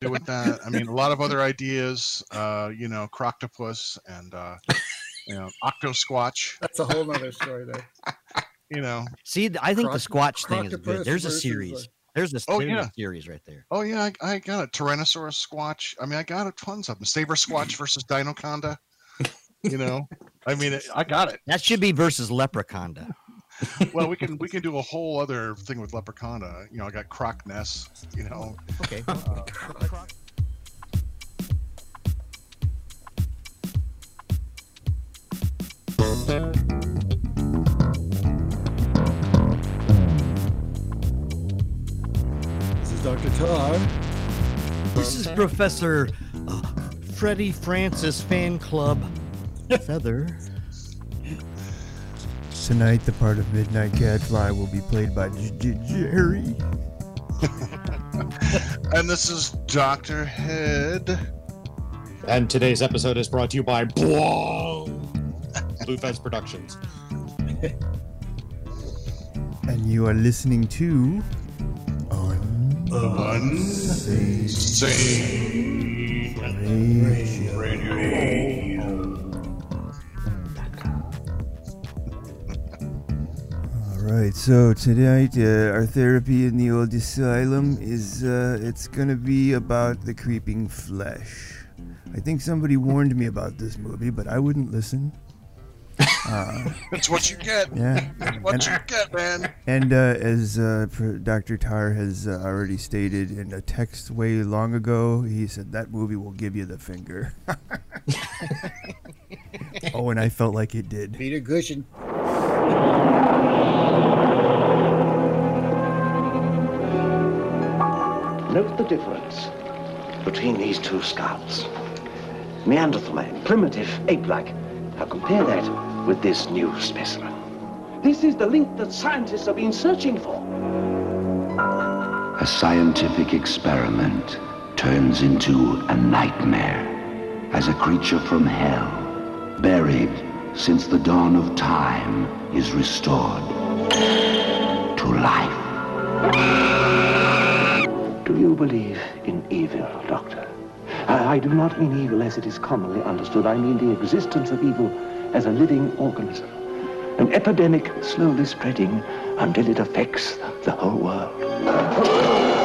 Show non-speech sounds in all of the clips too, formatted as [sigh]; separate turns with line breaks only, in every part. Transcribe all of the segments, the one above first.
do with that. I mean, a lot of other ideas. Uh, you know, Croctopus and uh, you know, Octosquatch.
That's a whole other story there.
You know.
See, th- I think the
Croc-
Squatch thing is good.
croctopus
There's a
versus
series.
a-
There's a
Oh,
there's a
yeah.
series right there.
Oh yeah, I, I got a Tyrannosaurus Squatch. I mean, I got a tons of them. Saber Squatch versus Dinoconda. You know, I mean, I got it.
That should be versus Leprechaunda.
Well, we can we can do a whole other thing with Leprechauna. You know, I got Crocness. You know, [laughs]
Okay.
Oh,
This is Dr. Todd.
This is Professor uh, Freddie Francis Fan Club Feather.
Tonight, the part of Midnight Catfly will be played by J- J- Jerry.
and this is Doctor Head.
And today's episode is brought to you by Blue Fez Productions.
And you are listening to.
Unsane Radio.
Alright, so tonight, uh, our therapy in the old asylum is. Uh, it's gonna be about the creeping flesh. I think somebody warned me about this movie, but I wouldn't listen.
That's what you get.
Yeah.
What you get, man.
And uh, as uh, pr- Dr. Tar has uh, already stated in a text way long ago, he said that movie will give you
[laughs]
the finger. oh, and I felt like it did.
Peter Gushing.
Note the difference between these two skulls. Neanderthal man, primitive, ape-like. Now compare that with this new specimen. This is the link that scientists have been searching for.
A scientific experiment turns into a nightmare as a creature from hell, buried since the dawn of time, is restored to life.
Do you believe in evil, Doctor? I, I do not mean evil as it is commonly understood. I mean the existence of evil as a living organism. An epidemic slowly spreading until it affects the whole world.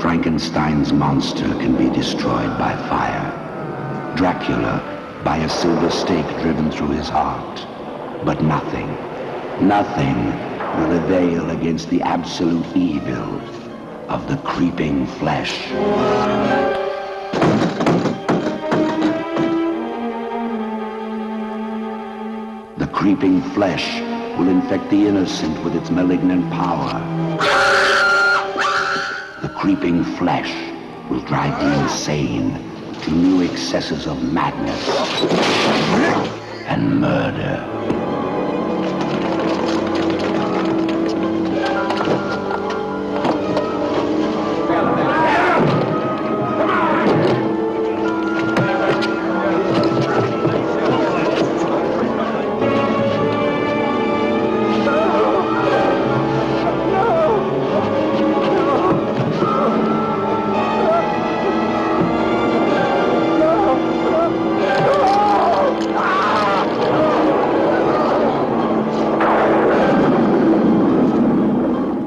Frankenstein's monster can be destroyed by fire, Dracula by a silver stake driven through his heart. But nothing, nothing will avail against the absolute evil of the creeping flesh. The creeping flesh will infect the innocent with its malignant power. The creeping flesh will drive the insane to new excesses of madness and murder.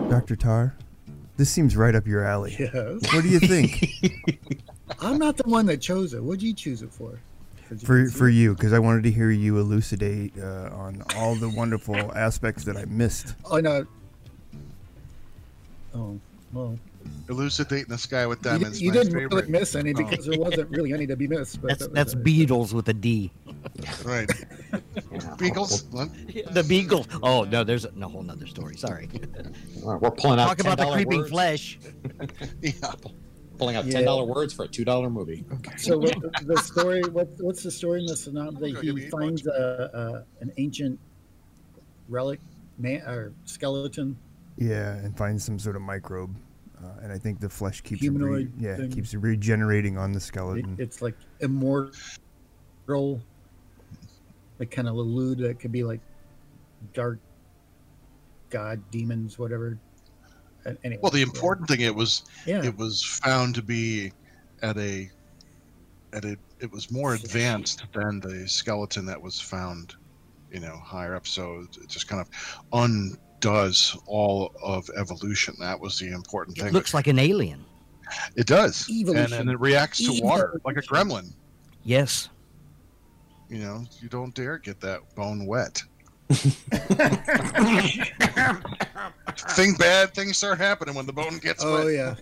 Dr. Tar, this seems right up your alley. What do
[laughs]
you think
I'm not the one that chose it. What'd you choose it for?
for for you? Because I wanted to hear you elucidate uh, on all the wonderful aspects that I missed.
Oh no. Oh well.
Elucidating the sky with
You,
diamonds.
di- you
my
didn't
favorite. Oh.
really miss any because there wasn't really any to be missed. But
That's
that was
that's
it.
Beatles with a D.
Right. Beagles. What?
The beagle. Oh no, there's a no, whole nother story. Sorry.
All right, we're pulling out
Talk about the
$10
creeping
words.
flesh.
Yeah.
Pulling out
Yeah.
ten dollar words for a two dollar movie.
So what, the story, what, what's the story in the synopsis?
Okay, give me
He
eight
finds a, a, an ancient relic, man or skeleton.
Yeah, and finds some sort of microbe, uh, and I think the flesh keeps re-
Humanoid
yeah
thing.
keeps regenerating on the
It,
skeleton.
it's like immortal, like kind of lewd. That could be like dark god, demons, whatever. Uh, Anyway,
Well, the
yeah.
important thing it was
yeah,
it was found to be at a at a it was more advanced than the skeleton that was found, you know, higher up. So it just kind of undoes all of evolution. That was the important
It
thing.
looks like an alien.
It does, and,
Evolution.
and it reacts to water like a gremlin.
Yes.
You know, you don't dare get that bone wet. thing bad things start happening when the bone gets
[laughs] Oh
wet.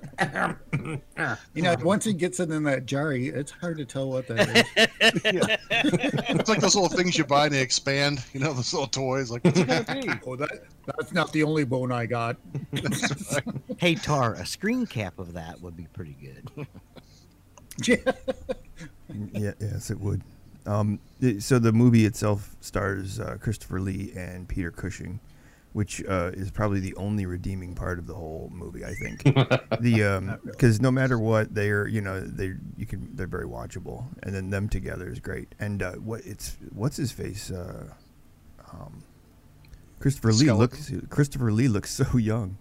yeah. [laughs] you know, once he gets it in that jar, he- it's hard to tell what that is.
It's like those little things you buy and they expand. You know, those little toys. Like what's it gonna be?
[laughs] oh, that that's not the only bone I got.
Hey Tar, a screen cap of that would be pretty good.
yeah, yes, it would. Um, th- so the movie itself stars uh, Christopher Lee and Peter Cushing, which uh, is probably the only redeeming part of the whole movie.
[laughs]
I think the because no matter what, they're you know they you can they're very watchable, and then them together is great. And uh, what it's what's his face. Uh, um, Christopher Lee
Skeleton?
looks. Christopher Lee looks so [laughs] young,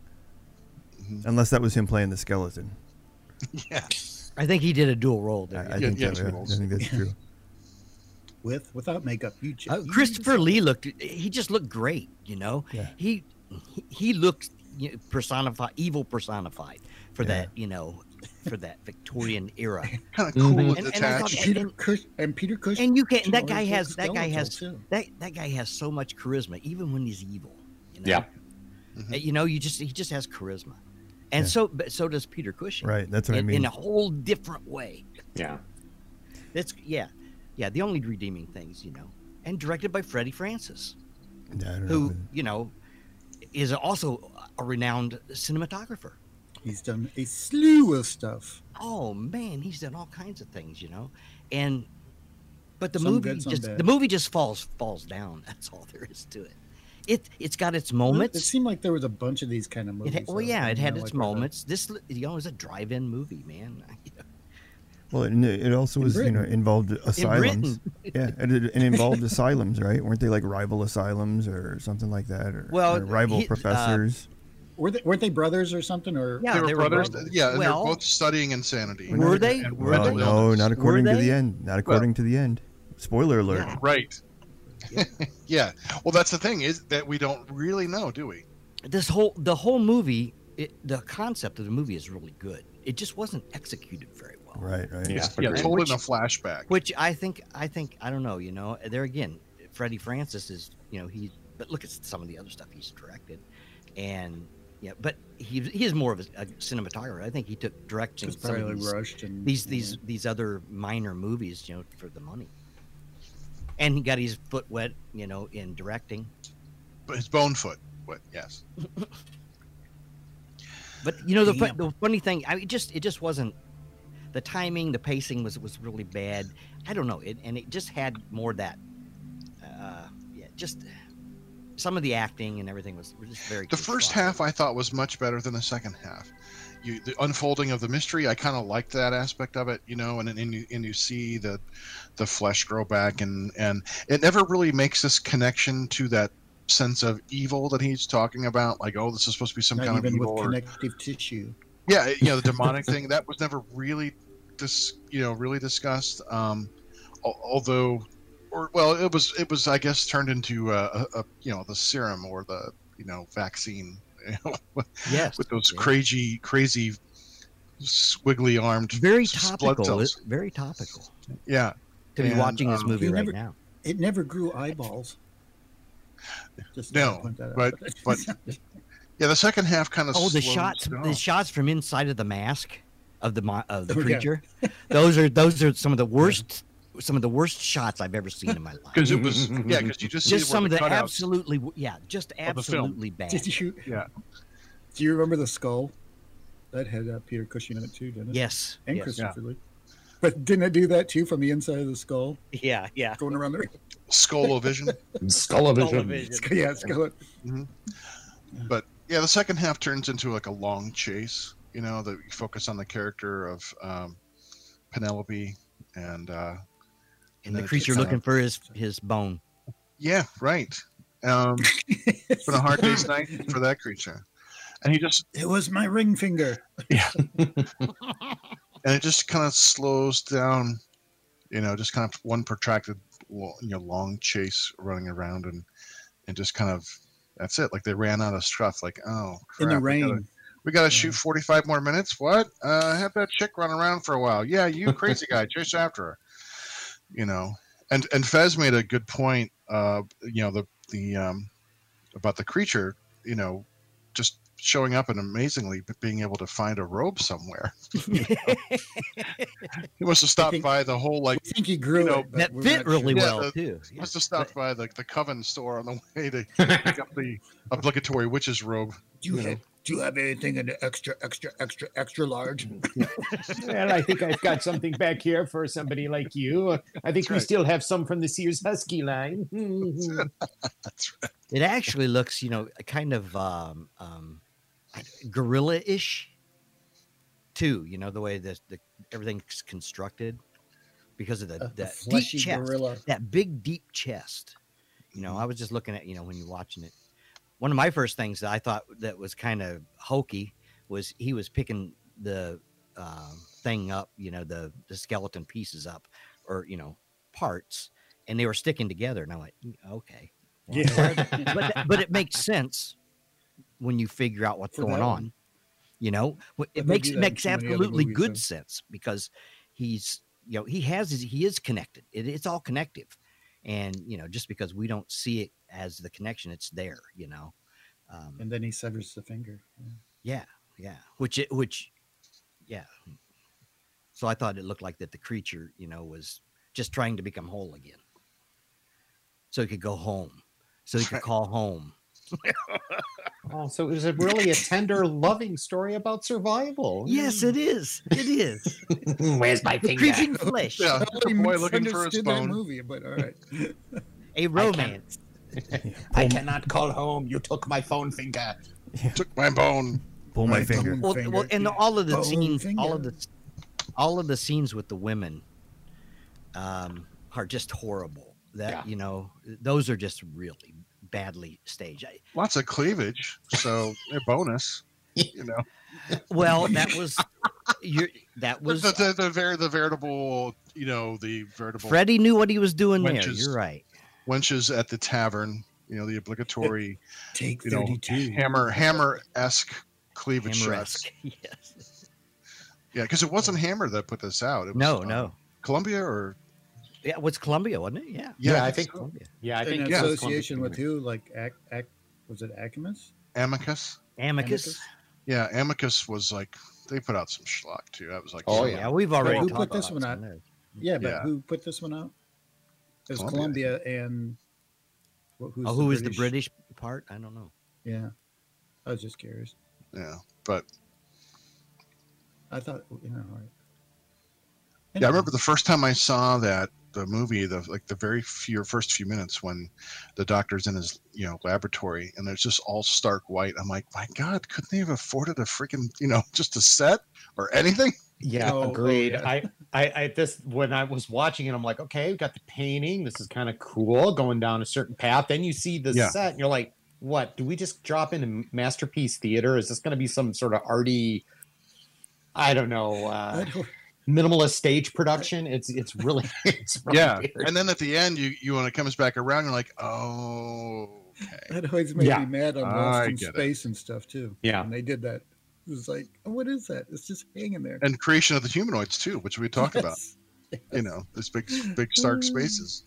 Mm-hmm.
unless that was him playing the skeleton.
Yeah.
I think he did a dual role
I,
there.
I
Yeah,
think
yeah,
that-
sure.
I think that's true.
[laughs] With without makeup, you just
Uh, Christopher Lee looked. He just looked great. You know,
Yeah.
he he- he looked you know, personified, evil personified for
Yeah.
that. You know, for that Victorian era.
Kind of cool
Mhm.
and
And- and I thought-
detached.
Peter Cush- and Peter Cushing.
And you can. That
always
guy
looked
has. That guy has.
skeletal, too.
That that guy has so much charisma, even when he's evil. You know?
Yeah.
Uh, You know, you just he just has charisma, and so but so does Peter Cushing.
Right, that's what I
in,
mean.
In a whole different way.
Yeah.
That's yeah, yeah. The only redeeming things, you know, and directed by Freddie Francis.
Yeah, I don't know.
who you know is also a renowned cinematographer.
He's done a slew of stuff.
Oh man, he's done all kinds of things, you know, and but the
Some
movie
good, some
just
bad.
the movie just falls falls down. [laughs] That's all there is to it. It it's got its
It
moments.
seemed like there was a bunch of these kind of
It
movies.
had, well,
though,
yeah, it
you
had
know, like,
its
uh,
moments. This you know is a drive-in movie, man.
Well, and it it also was, you know,
Britain.
involved asylums.
Britain.
yeah, and it, it involved asylums, right? Weren't they like rival asylums or something like that, or
Well,
or rival
he- uh,
professors?
Were they, weren't they brothers or something? Or
Yeah,
they were
they were
brothers.
brothers.
Yeah, and
Well-
they're both studying insanity.
Were
Well,
they?
and
Were
well,
they?
mental
no,
illness.
not according to
they?
the end. Not according to the end. Spoiler alert.
Yeah.
Right. [laughs] yeah. Well, that's the thing is that we don't really know, do we?
This whole the whole movie, it, the concept of the movie is really good. It just wasn't executed very well.
Right, right.
Yeah.
Yeah,
agreed.
told in a flashback.
Which I think, I think, I don't know. You know, there again, Freddie Francis is, you know, he. But look at some of the other stuff he's directed, and yeah, but he he is more of a, a cinematographer. I think he took directing
Just
some of
probably
these,
rushed and
these these these other minor movies, you know, for the money. And he got his foot wet, you know, in directing.
But his bone foot. What? Yes.
But you know, the, fu-
Damn.
the funny thing, I it just it just wasn't. The timing, the pacing was was really bad. I don't know, it, and it just had more of that. Uh, yeah, just some of the acting and everything was was just very.
The first half I thought was much better than the second half. You, the unfolding of the mystery, I kind of liked that aspect of it, you know, and and you, and you see the the flesh grow back, and and it never really makes this connection to that sense of evil that he's talking about. Like, oh, this is supposed to be some
not
kind of
even
evil,
with
or-
connective tissue.
yeah, you know, the
[laughs]
demonic thing that was never really dis, you know, really discussed. Um, al- although, or well, it was it was I guess turned into uh, a, a you know the serum or the you know vaccine. [laughs] You know,
yes,
with those
yeah.
crazy, crazy, squiggly armed,
very
s- blood
topical,
cells.
very topical
yeah,
to be
And,
watching this
um,
movie
you
right
never-
now.
It never grew eyeballs. Just
No,
point that out. [laughs]
but- but- yeah. The second half kind of
Oh, the shots, the
Down.
shots from inside of the mask of the mo- of the
Oh, yeah.
creature. Those are those are some of the worst some of the worst shots I've ever seen in my life.
because it was yeah because you
[laughs]
just see
Just
where
some of the
cutouts-
absolutely yeah, just
the film.
absolutely bad.
Did you?
Yeah.
Do you remember the skull? That had uh, Peter Cushing in it too, didn't it?
Yes.
And
yes.
Christopher Lee. But didn't it do that too from the inside of the skull,
Yeah. Yeah.
going around [laughs]
[laughs]
the
Skull-O-Vision.
Skullavision.
yeah skull?
but yeah, the second half turns into like a long chase. You know, that you focus on the character of um, Penelope, and uh,
And
Uh,
the
it's
creature
kinda-
looking for his his bone.
yeah, right.
[laughs]
Um, it's been a hard day's night for that creature, and he just
It was my ring finger.
and it just kind of slows down. You know, just kind of one protracted, lo- you know, long chase running around, and and just kind of that's it. Like they ran out of stuff. Like oh,
in the
crap, we gotta-
rain.
We got to
Yeah.
shoot 45 more minutes. What? Uh, have that chick run around for a while. Yeah,
[laughs]
you crazy guy, chase after her. You know, and and Fez made a good point. Uh, you know the the um, about the creature. You know, just showing up and amazingly being able to find a robe somewhere. [laughs] he must
[laughs]
have stopped
think-
by the whole
[laughs]
like
I think he grew
know,
it. but
That
we're
fit
not sure.
really
Yeah,
well
the-
too.
he
Yeah.
must have stopped by the, the coven store on the way
[laughs]
to pick up the obligatory witch's robe.
Do you, have, do you have anything in the extra, extra, extra, extra large?
well, I think I've got something back here for somebody like you. I think
That's
we
right.
still have some from the Sears
[laughs]
Husky line. Mm-hmm.
That's right.
It actually looks, you know, kind of um, um, gorilla-ish, too. You know the way that the everything's constructed because of the,
A, a
that deep
Uh, fleshy
chest,
gorilla.
that big deep chest. You know, I was just looking at you know when you're watching it. One of my first things that I thought that was kind of hokey was he was picking the um, thing up, you know, the the skeleton pieces up, or you know, parts, and they were sticking together. And I went, "Mm, okay, well, why
[laughs]
but th- but it makes sense when you figure out what's
For
going
that
on.
one.
You know, Wh-
But
it
they
makes
do
it
that in
makes
so many other
absolutely
movies,
good
though.
sense because he's you know he has his, he is connected. It, it's all connective, and you know just because we don't see it as the connection, it's there. You know, um,
And then he severs the finger.
yeah, yeah. Which it which, yeah. So I thought it looked like that the creature, you know, was just trying to become whole again, so he could go home, so he could call home.
oh, so it was a really a tender, loving story about survival.
Yes, it is. It is.
[laughs] Where's my
the
finger?
creeping flesh.
Yeah,
I
a boy looking for his
misunderstood that
bone.
movie, [laughs] but all right.
A romance.
I cannot call home. You took my phone finger.
Took my bone.
Pull my
Right,
finger.
don't-
Well,
Finger.
well, and all of the
Bone
scenes, all of
finger.
the, all of the scenes with the women, um, are just horrible. That
Yeah.
you know, those are just really badly staged. I,
lots of cleavage, so a
[laughs]
bonus. You know,
well, that was, you that
the,
was.
the, the, ver- the veritable, you know, the veritable
Freddie knew what he was doing there.
Wenches.
You're right.
wenches at the tavern. You know, the obligatory,
Take
you know,
32.
hammer hammer esque cleavage shots.
Hammer-esque. [laughs] Yes.
Yeah, because it wasn't Hammer that put this out. It was,
No,
uh,
no.
Columbia or
Yeah, it was Columbia, wasn't it? Yeah.
Yeah, I think.
so.
Columbia.
Yeah, I
in
think.
association with who? Like, Ac- Ac- was it Acumus?
Amicus.
Amicus.
Yeah, Amicus was like they put out some schlock too. That was like
Oh,
yeah, we've already
who
talked
put this
about
one
some
on?
there.
Yeah, but
Mm-hmm. Yeah.
who put this one out? It was
Columbia,
Columbia and what, who's
Oh, who is the British part? I don't know.
Yeah, I was just curious.
yeah. But
I thought you know. All right.
yeah, I remember the first time I saw that the movie, the like the very few first few minutes when the doctor's in his you know laboratory and there's just all stark white. I'm like, my God, couldn't they have afforded a freaking you know just a set or anything? [laughs]
Yeah,
Oh, oh,
agreed.
yeah.
I, I, I, this when I was watching it, I'm like, okay, we got the painting. This is kind of cool, going down a certain path. Then you see the
Yeah.
set, and you're like, what? Do we just drop into masterpiece theater? Is this going to be some sort of arty? I don't know,
I
uh,
don't-
minimalist stage production. It's it's really, [laughs] it's really weird.
And then at the end, you you when it comes back around, you're like, oh, okay.
that always made
Yeah.
me mad on
I
Lost in
get it.
Space and stuff too.
Yeah.
and they did that. It was like, oh, what is that? It's just hanging there.
And creation of the humanoids too, which we talked about.
Yes.
You know, this big big stark spaces.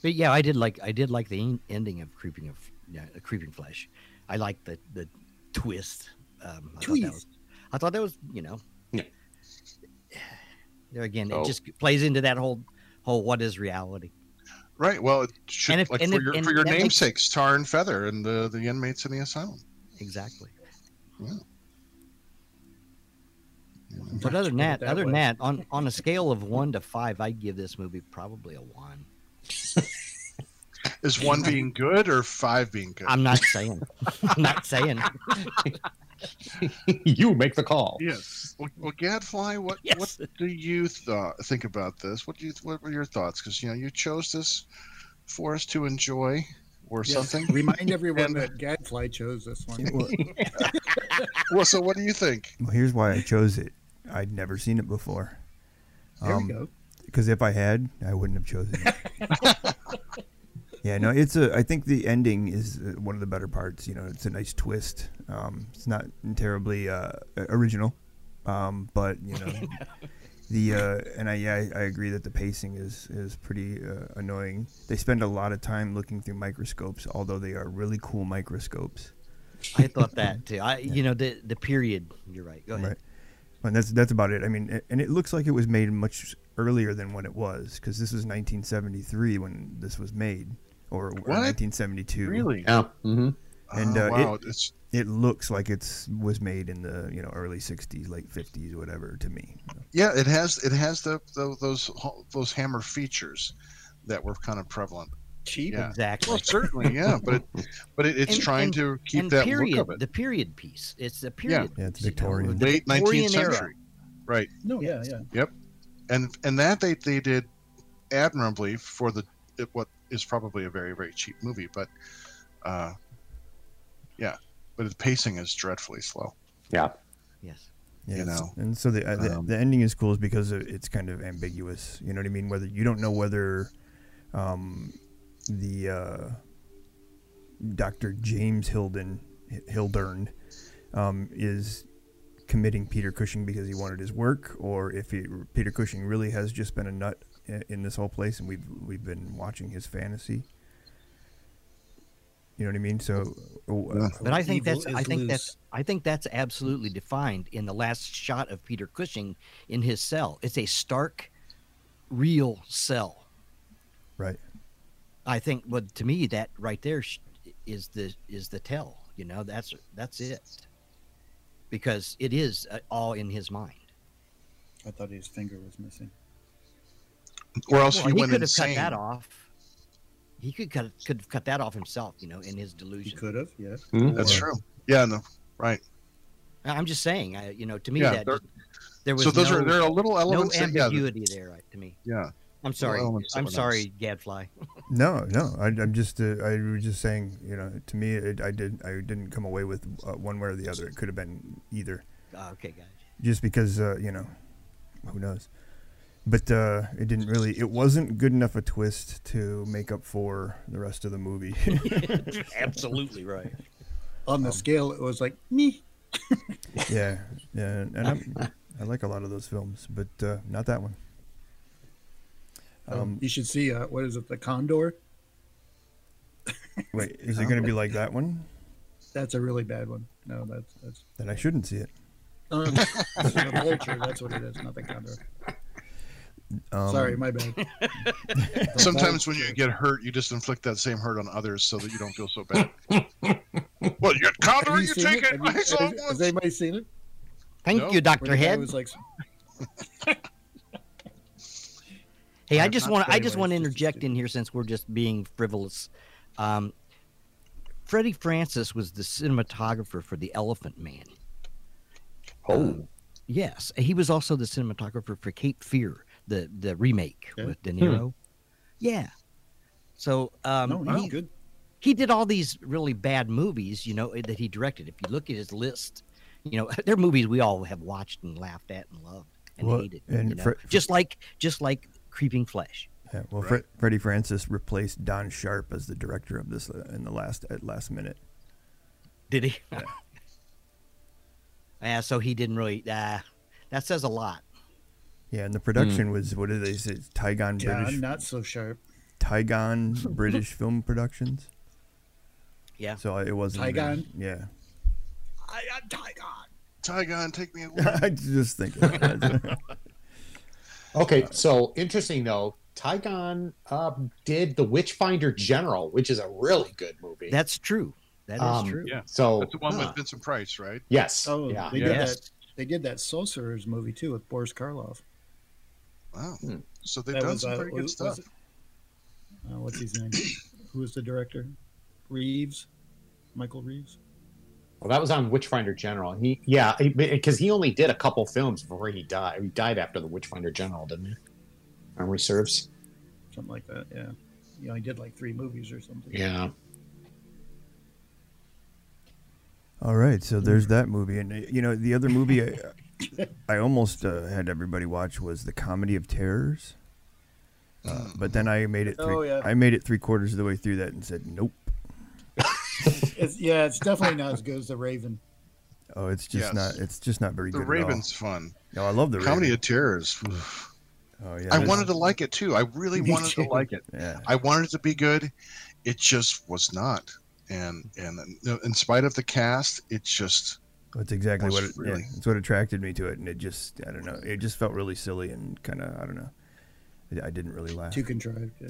But yeah, I did like I did like the en- ending of Creeping of yeah, uh, Creeping Flesh. I like the the twist. Um, I Thought that was,
Twist.
I thought that was you know.
Yeah.
There again,
Oh.
it just plays into that whole whole what is reality?
Right. Well, it should
And if-
like
and
for
if-
your,
and
for your
that makes-
namesakes, Tar and Feather, and the the inmates in the asylum.
Exactly.
You know?
[laughs] But other than
Let's put it
that,
that
other than
way.
that, on on a scale of one to five, I'd give this movie probably a one.
Is one being good or five being good?
I'm not saying. [laughs] I'm not saying.
you make the call.
yes. Well, well, Gadfly, what
[laughs] Yes.
what do you th- think about this? What do you what were your thoughts? Because you know you chose this for us to enjoy or
Yes.
something. [laughs]
Remind everyone
And-
that Gadfly chose this one.
Well,
Well, so what do you think?
well, here's why I chose it. I'd never seen it before. Um,
There we go.
Because if I had, I wouldn't have chosen it. [laughs] yeah, no, it's a. I think the ending is uh, one of the better parts. You know, it's a nice twist. Um, it's not terribly uh, original, um, but you know, the uh, and I yeah I, I agree that the pacing is is pretty uh, annoying. They spend a lot of time looking through microscopes, although they are really cool microscopes.
I thought that too. I, you know, the the period. You're right. Go ahead.
Right. And that's that's about it. I mean, a- and it looks like it was made much earlier than what it was because this was 1973 when this was made, or, or
What?
1972.
Yeah. hmm
And,
Oh,
uh,
Uh, wow,
it-
it's
It looks like it's was made in the you know early 60s, late 50s, whatever. To me,
yeah, it has it has the, the those those hammer features that were kind of prevalent.
Cheap.
Yeah.
Exactly.
Well, certainly, yeah, but it, but it, it's
And-
trying
and-
to keep
and
that
period,
look of it.
the period piece. It's the period.
Yeah, it's
piece, you know,
Victorian.
the
Late
Victorian
nineteenth
era.
century, right?
No, yeah, yeah.
And and that they they did admirably for the it- what is probably a very very cheap movie, but uh, yeah, but the pacing is dreadfully slow.
Yeah.
Yes.
yeah,
You
it's-
know,
And so the, uh, the
um,
the ending is cool is because it- it's kind of ambiguous. You know what I mean? Whether you don't know whether um, the uh, Dr. James Hilden Hildern um, is committing Peter Cushing because he wanted his work, or if he, Peter Cushing really has just been a nut i- in this whole place, and we've we've been watching his fantasy. You know what I mean? So, uh,
But I think
Evil
that's
is
I think
loose.
that's I think that's absolutely defined in the last shot of Peter Cushing in his cell. It's a stark, real cell.
right.
I think. Well, to me, that right there sh- is the is the tell. You know, that's that's it. Because it is uh, all in his mind.
I thought his finger was missing.
or else
Well,
you
he
went
could
insane.
have cut that off. He could cut, could have cut that off himself, you know, in his
He
delusion.
could have, yeah.
Mhm.
That's true. Yeah, no, right.
I- I'm just saying, I, you know, to me
Yeah,
that
there-
just- there was
So those
no,
are there are little
no
elements. that, yeah,
ambiguity there right, to me.
yeah,
I'm sorry.
elements that
I'm
were nice.
sorry, Gadfly.
No, no. I, I'm just. Uh, I was just saying. You know, to me, it, I did. I didn't come away with uh, one way or the other. It could have been either,
Oh, okay, guys.
just because uh, you know, who knows. But uh, it didn't really. It wasn't good enough a twist to make up for the rest of the movie. [laughs]
Absolutely right.
On the scale, it was like me.
yeah, yeah. And I'm, I like a lot of those films, but uh, not that one. Um,
you should see uh, what is it, the Condor?
wait, is it going to be like that one?
That's a really bad one. No, that's that's
Then I shouldn't see it.
[laughs] um, the vulture. That's what it is, not the Condor.
Um,
Sorry, my [laughs] bad.
Sometimes when you get hurt, you just inflict that same hurt on others so that you don't feel so bad. well, you're
Have
counter,
you
you,
seen
take
it?
it.
Have you-
I saw
have-
it
Has
once.
anybody seen it?
Thank
No,
you,
Where
Doctor
the guy
Head.
was like,
Hey, I
I'm
just
not
want to I
very
just want to
racist, it's
interject in
stupid.
here since we're just being frivolous. Um, Freddie Francis was the cinematographer for The Elephant Man.
Uh,
Oh.
Yes, he was also the cinematographer for Cape Fear, the the remake
Yeah.
with De
Hmm.
Niro. Yeah. So um,
"Oh,
Oh,
no, no,
he,
good.
he did all these really bad movies, you know, that he directed. If you look at his list, you know, [laughs] they're movies we all have watched and laughed at and loved and
Well,
hated.
and
you know?
Fre-
just like just like Creeping Flesh.
Yeah, well, Fre- Freddie Francis replaced Don Sharp as the director of this uh, in the last at last minute.
Did he? [laughs] Yeah. so he didn't really. Uh, that says a lot.
Yeah, and the production was what do they say? It's Tygon
Yeah,
British
I'm not so sharp. [laughs]
Tygon British Film Productions.
Yeah.
So it wasn't even-
Tygon?
Yeah, [laughs]
I am Tygon.
Tygon, take me away.
I just think.
Okay, so interesting though. Tygon uh, did The Witchfinder General, which is a really good movie.
That's true. That is
Um,
true.
yeah.
so
That's the one
Huh.
with Vincent Price, right?
yes,
Oh,
yeah,
they did
Yes.
that. They did that Sorcerer's movie too with Boris Karloff.
Wow.
Hmm.
So they've
That
done
was,
some
uh,
pretty
who-
good
was
stuff.
it? Uh, what's his [coughs] name? Who was the director? Reeves, Michael Reeves.
Well, that was on Witchfinder General. He, yeah, because he only did a couple films before he died. He died after the Witchfinder General, didn't he? Memory serves.
something like that. Yeah, you know, he did like three movies or something.
Yeah.
All right, so there's that movie, and uh, you know the other movie I, I almost uh, had everybody watch was the Comedy of Terrors, uh, but then I made it. Three,
Oh, yeah.
I made it three quarters of the way through that and said nope.
It's, yeah, it's definitely not as good as the Raven.
Oh, it's just
Yes.
not. It's just not very
The
good.
Raven's fun.
At all. No, I love the
Comedy
Raven.
of Terrors.
Oh yeah.
I
this-
wanted to like it too. I really
Me
wanted
too.
to like it.
Yeah.
I wanted it to be good. It just was not. And and uh, in spite of the cast, it just
That's exactly
Was
what it.
really-
Yeah, that's what attracted me to it, and it just. I don't know. It just felt really silly and kind of. I don't know. I, I didn't really laugh.
Too contrived. Yeah.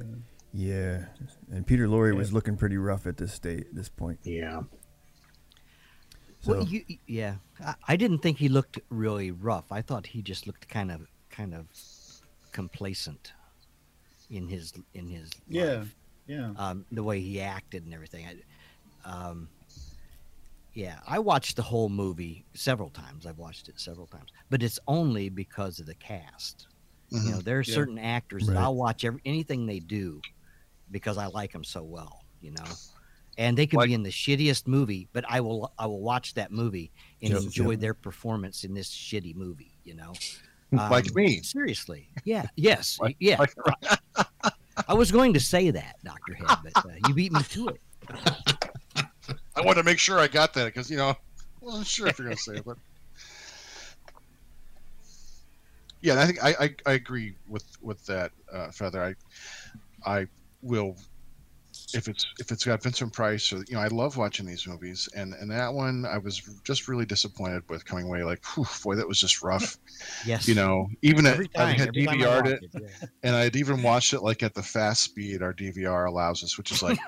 Yeah, and Peter Lorre was looking pretty rough at this state, this point.
Yeah.
So
Well, you, yeah, I, I didn't think he looked really rough. I thought he just looked kind of kind of complacent in his in his
Yeah.
life,
Yeah.
um, the way he acted and everything. I, um, yeah, I watched the whole movie several times. I've watched it several times, but it's only because of the cast.
mm-hmm.
You know, there are
Yeah.
certain actors that
Right.
I'll watch every, anything they do because I like them so well. You know, and they could
Like-
be in the shittiest movie, but I will I will watch that movie and
Yep,
enjoy
yep.
their performance in this shitty movie. You know,
[laughs]
Um,
Like me.
Seriously, yeah, yes,
[laughs] Like-
yeah.
like-
I was going to say that, Doctor Head, but uh, you beat me to it.
I wanted to make sure I got that because you know I wasn't sure if you're going to say it, but yeah, and I think I, I, I agree with with that uh, feather. I I will if it's if it's got Vincent Price or you know I love watching these movies and and that one I was just really disappointed with coming away like whew, boy that was just rough
Yes,
you know even
every
at, I
time,
had
every time I
DVR'd
watch
it
yeah.
and I'd even watched it like at the fast speed our DVR allows us, which is
[laughs]
like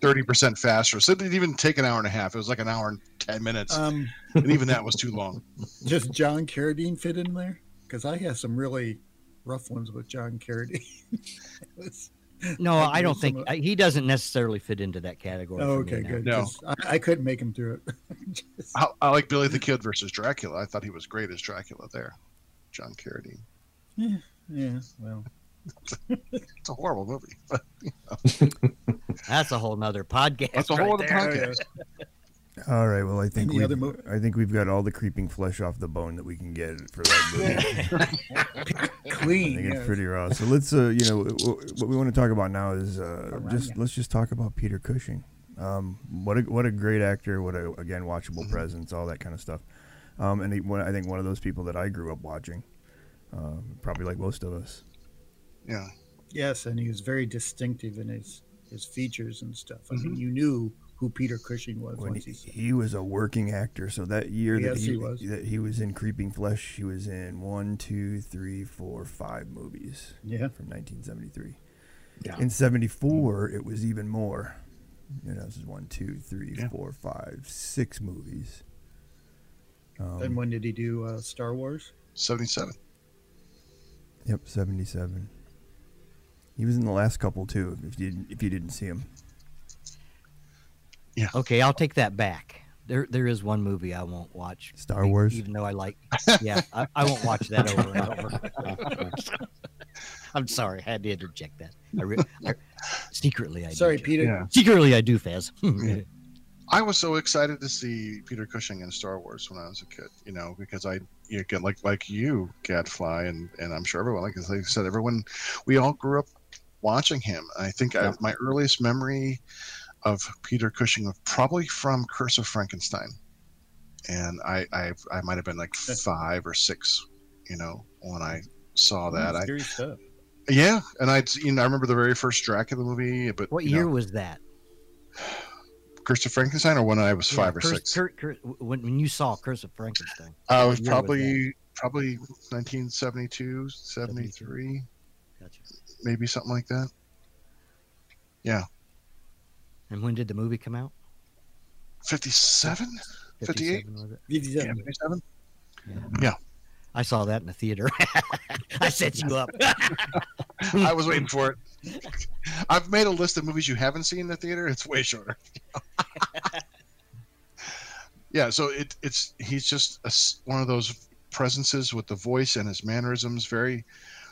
thirty percent faster. So it didn't even take an hour and a half. It was like an hour and ten minutes,
Um,
and even that was too long.
does John Carradine fit in there? Because I have some really rough ones with John Carradine. [laughs] It's-
[laughs]
No,
I
I don't
do
think
some-
I, he doesn't necessarily fit into that category.
oh,
for me
okay,
now.
good.
No.
'cause I, I couldn't make him through it. [laughs] Just-
I, I like Billy the Kid versus Dracula. I thought he was great as Dracula there. John Carradine.
yeah. Well,
It's a horrible movie.
That's a whole nother podcast.
That's a whole
right
other
there.
podcast.
all right, well I think
Any
we
other mo-
I think we've got all the creeping flesh off the bone that we can get for that movie.
[laughs]
I
clean.
think it's
Yeah.
pretty raw. So let's uh, you know w- what we want to talk about now is uh,
Piranha.
just let's just talk about Peter Cushing. Um, what a what a great actor. What a again
Mm-hmm.
watchable presence. All that kind of stuff. Um, and he, one, I think one of those people that I grew up watching. Um, probably like most of us.
Yeah.
Yes, and he was very distinctive in his his features and stuff. I
Mm-hmm.
mean, you knew who Peter Cushing was
when
once
he,
he said.
he was a working actor. So that year that
Yes,
he,
he was.
that he was in Creeping Flesh, he was in one, two, three, four, five movies
Yeah.
from 1973.
Yeah.
In 74, it was even more. You know, this is one, two, three,
Yeah.
four, five, six movies. Um,
and when did he do uh, Star Wars?
Seventy-seven.
Yep, 77. He was in the last couple too. If you didn't, if you didn't see him,
Okay, I'll take that back. There, there is one movie I won't watch.
Star
e-
Wars?
even though I like. Yeah, I, I won't watch that over and
[laughs]
over.
Hmm.
I'm sorry, I had to interject that. I, re- I secretly I do,
Sorry,
Jeff.
Peter.
Yeah.
Secretly I
[laughs]
do, Faz.
I was so excited to see Peter Cushing in Star Wars when I was a kid, you know, because I you get like like you, Gadfly, and and I'm sure everyone, like I said, everyone, we all grew up watching him. I think I, my earliest memory of Peter Cushing was probably from Curse of Frankenstein, and I I, I might have been like five or six, you know, when I saw that. I
Scary stuff.
yeah, and I you know I remember the very first Dracula movie, but
[laughs] What
you
year
know,
was that?
Curse of Frankenstein, or when I was
Yeah,
five or
Curse-
six.
Cur- Cur- when, when you saw Curse of Frankenstein.
I Uh, was
year was
probably probably 1972, 73.
Gotcha.
maybe something like that.
And when did the movie come out?
57? 58?
57 was it?
Yeah, 57?
Yeah.
I saw that in the theater. [laughs] I set you up.
I was waiting for it. I've made a list of movies you haven't seen in the theater. It's way shorter. [laughs] yeah, so it, it's he's just a s one of those presences with the voice and his mannerisms. Very,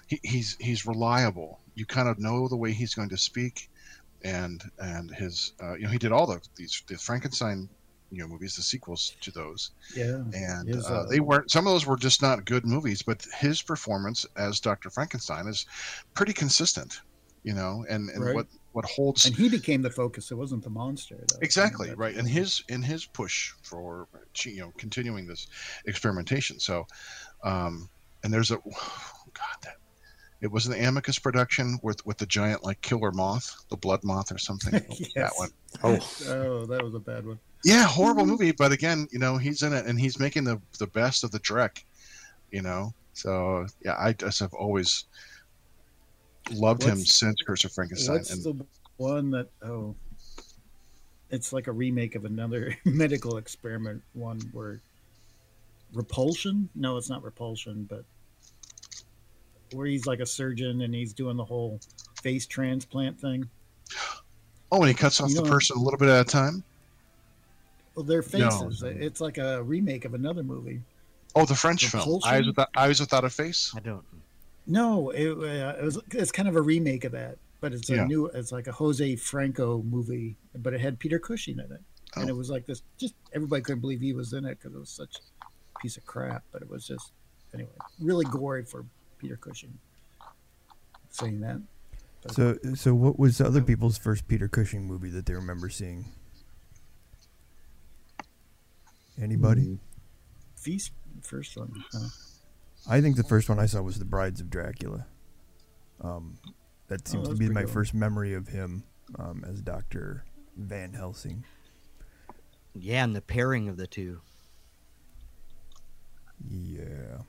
he, he's he's reliable. You kind of know the way he's going to speak, and and his uh, you know he did all the these the Frankenstein you know movies, the sequels to those
Yeah.
and
His,
uh,
uh,
they weren't some of those were just not good movies but his performance as dr frankenstein is pretty consistent you know and, and
Right.
what what holds
And he became the focus. It wasn't the monster. Though.
exactly
But-
right and
[laughs]
his in his push for you know continuing this experimentation so um and there's a [sighs] oh, god that it was an amicus production with with the giant like killer moth the blood moth or something that
[laughs] Yes.
one
Oh,
Oh, that was a bad one.
yeah, horrible
Mm-hmm.
movie, but again, you know, he's in it and he's making the the best of the trek, you know. So yeah, I just have always loved him
What's-
since Curse of Frankenstein.
What's
And
the one that? Oh, it's like a remake of another [laughs] medical experiment one where repulsion. No, it's not repulsion, but where he's like a surgeon and he's doing the whole face transplant thing.
oh, and he cuts off
you
the
know-
person a little bit at a time.
Well, their faces. It's like a remake of another movie.
Oh, the French film
Repulsion?
Eyes Without Eyes Without a Face.
I don't.
No, it, uh, it was. It's kind of a remake of that, but it's a
Yeah.
new. It's like a Jose Franco movie, but it had Peter Cushing in it, and it was like this. Just everybody couldn't believe he was in it because it was such a piece of crap. But it was just anyway, really gory for Peter Cushing. Saying that,
So, so what was other people's first Peter Cushing movie that they remember seeing? Anybody?
feast first one. huh?
I think the first one I saw was The Brides of Dracula. Um, that seems to
Oh, that's
be
pretty
my
good.
first memory of him um, as Doctor Van Helsing.
Yeah, and the pairing of the two.
Yeah.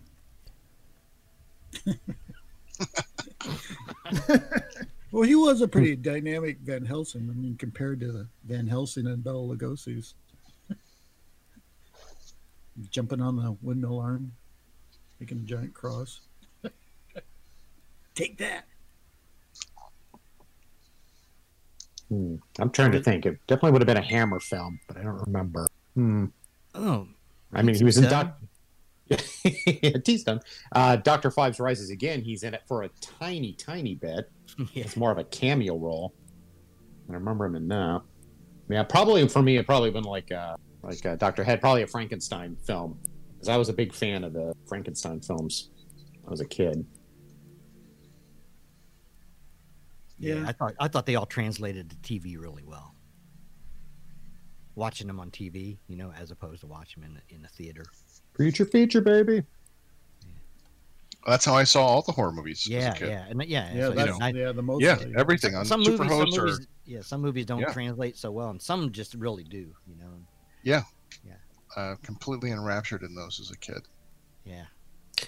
Well, he was a pretty dynamic Van Helsing. I mean, compared to the Van Helsing and Bela Lugosi's jumping on the windmill arm, making a giant cross. Take that.
hmm. I'm trying to think. It definitely would have been a Hammer film, but I don't remember. Hmm.
Oh, [laughs]
I mean, he was in
Done.
Doc. [laughs] yeah, T's done. Uh, Doctor Fives rises again. He's in it for a tiny, tiny bit.
yeah.
It's more of a cameo role. I remember him in that. Yeah, probably for me, it probably been like uh, like uh, Doctor Head, probably a Frankenstein film, because I was a big fan of the Frankenstein films. when I was a kid.
yeah.
Yeah.
I thought I thought they all translated to TV really well. Watching them on TV, you know, as opposed to watching them in the, in the theater.
Future feature, baby.
That's how I saw all the horror movies. as a
Yeah,
kid.
yeah, and yeah,
Yeah,
so
that's,
I-
yeah, the most.
yeah,
uh,
everything on
some
Superhost
movies, some
or
movies, yeah, some movies don't
Yeah.
translate so well, and some just really do. You know,
uh, completely enraptured in those as a kid.
yeah.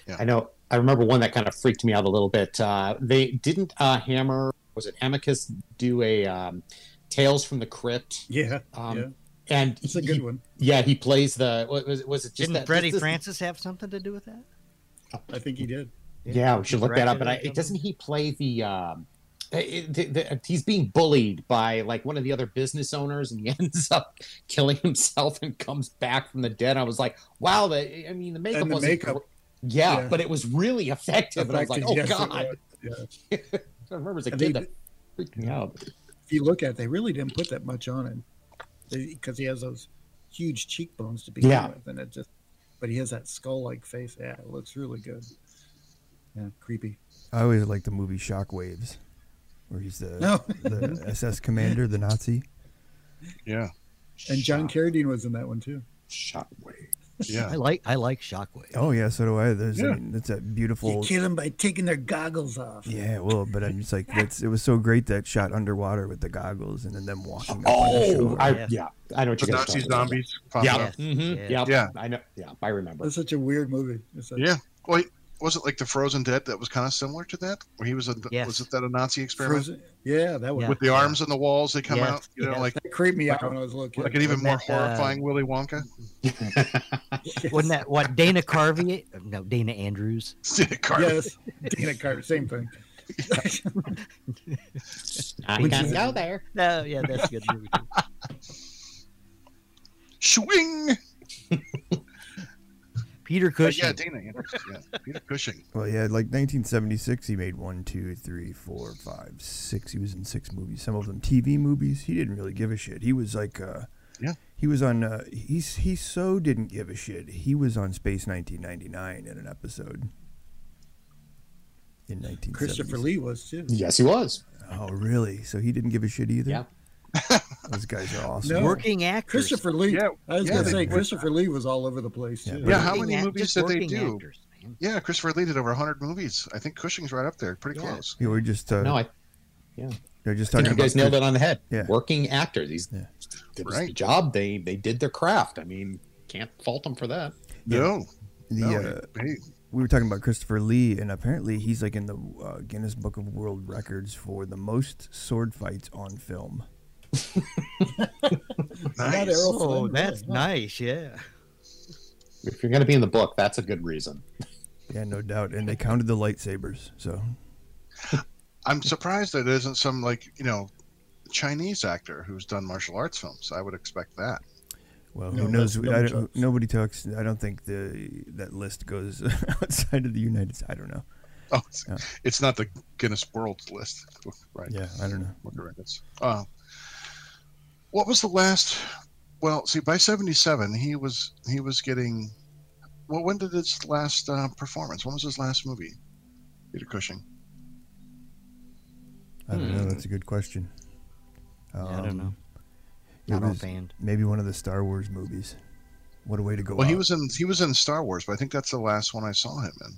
Yeah.
I know. I remember one that kind of freaked me out a little bit. Uh, they didn't uh, Hammer. Was it Amicus do a um, Tales from the Crypt?
Yeah,
Um,
yeah.
And
It's a
he-
good one.
Yeah, he plays the. What was, it- was it just
Didn't
that,
Freddie
this- this-
Francis have something to do with that?
I think he did.
Yeah, we should look that
Directed
up. And
or
I,
something?
doesn't he play the? Um, it- the, the, he's being bullied by like one of the other business owners, and he [laughs] ends up killing himself and comes back from the dead. I was like, wow. The I mean, the makeup
And the
wasn't.
makeup.
gr- Yeah,
Yeah.
but it was really effective. And I was like,
Effective,
oh
yes, it
god.
was. Yeah.
I remember as a
And
kid
they-
that oh, freaked me out.
If you look at, it, they really didn't put that much on him because he has those huge cheekbones to begin
Yeah.
with, and it just. But he has that skull-like face. Yeah, it looks really good. Yeah, creepy.
I always liked the movie Shockwaves, where he's the
No.
the
[laughs]
SS commander, the Nazi.
Yeah,
And John Carradine was in that one too.
Shockwave.
yeah.
[laughs] I like I like Shockwave.
Oh yeah, so do I. There's
Yeah.
I mean, that's that beautiful.
them by taking their goggles off.
Yeah, well, but I'm just like that's. It was so great that shot underwater with the goggles and then them walking. Up on the
Oh,
shore.
I,
Yeah.
yeah. I know what
The
you're gonna
Nazi
talk about.
zombies. Pop
Yeah.
up.
Yes,
Mhm.
yes.
Yep.
Yeah.
I know. Yeah, I remember.
That's such a weird movie. It's a-
Yeah. Well, he- was it like the Frozen Dead that was kind of similar to that? Where he was a
Yes.
was it that a Nazi experiment
Frozen- Yeah, that was
Yeah.
with the arms and the walls? They come
Yes,
out, you know,
yes.
like
that creeped me out
Like a-
when I was looking.
like an even more
Wasn't that, uh,
horrifying Willy Wonka. [laughs]
Wasn't that what Dana Carvey? No, Dana Andrews.
Carvey.
yes, [laughs] Dana Carter, same thing.
I can't go there.
No, yeah, that's a good movie. too.
Swing.
Peter
But yeah,
Cushing.
Dana Andrews. Yeah. Peter Cushing.
Well, yeah, like 1976, he made one, two, three, four, five, six. He was in six movies, some of them TV movies. He didn't really give a shit. He was like, uh,
Yeah.
he was on. Uh, he's he so didn't give a shit. He was on Space 1999 in an episode. In 1970s.
Christopher Lee was too.
Yes, he was.
Oh, really? So he didn't give a shit either.
Yeah.
Those guys
[laughs]
are awesome.
No.
working actors.
Christopher Lee.
Yeah,
I was
yeah,
gonna
they
say
did.
Christopher Lee was all over the place
Yeah,
too.
Yeah, how
Working
many
act-
movies
just
did they
working
do?
Actors, man.
Yeah, Christopher Lee did over 100 movies. I think Cushing's right up there, pretty
Yeah.
close.
Yeah, we're just uh,
No, I
they're just
think
talking
you guys
about
nailed it on the head.
Yeah.
Working actors. These
Yeah.
did
Right.
the job. They they did their craft. I mean, can't fault them for that.
Yeah.
No,
the,
no,
uh,
hey,
we were talking about Christopher Lee, and apparently he's like in the uh, Guinness Book of World Records for the most sword fights on film.
Not
nice.
Errol
Oh,
Flynn,
that's
really, huh?
nice. Yeah.
If you're going to be in the book, that's a good reason.
Yeah, no doubt. And they counted the lightsabers. So
I'm surprised that it isn't some like you know Chinese actor who's done martial arts films. I would expect that.
Well,
No,
who knows?
that's
I
dumb
don't-
jokes.
nobody talks. I don't think the that list goes [laughs] outside of the United. States. I don't know.
Oh, it's,
Yeah.
it's not the Guinness World list, [laughs] right?
Yeah, I don't know.
Book of Records. Uh, what was the last? Well, see, by '77, he was he was getting. Well, when did his last uh, performance? When was his last movie? Peter Cushing.
I don't know.
Hmm.
That's a good question. Um,
I don't know.
it
Not
was
offhand.
Maybe one of the Star Wars movies. What a way to go!
Well, he
out.
was in he was in Star Wars, but I think that's the last one I saw him in.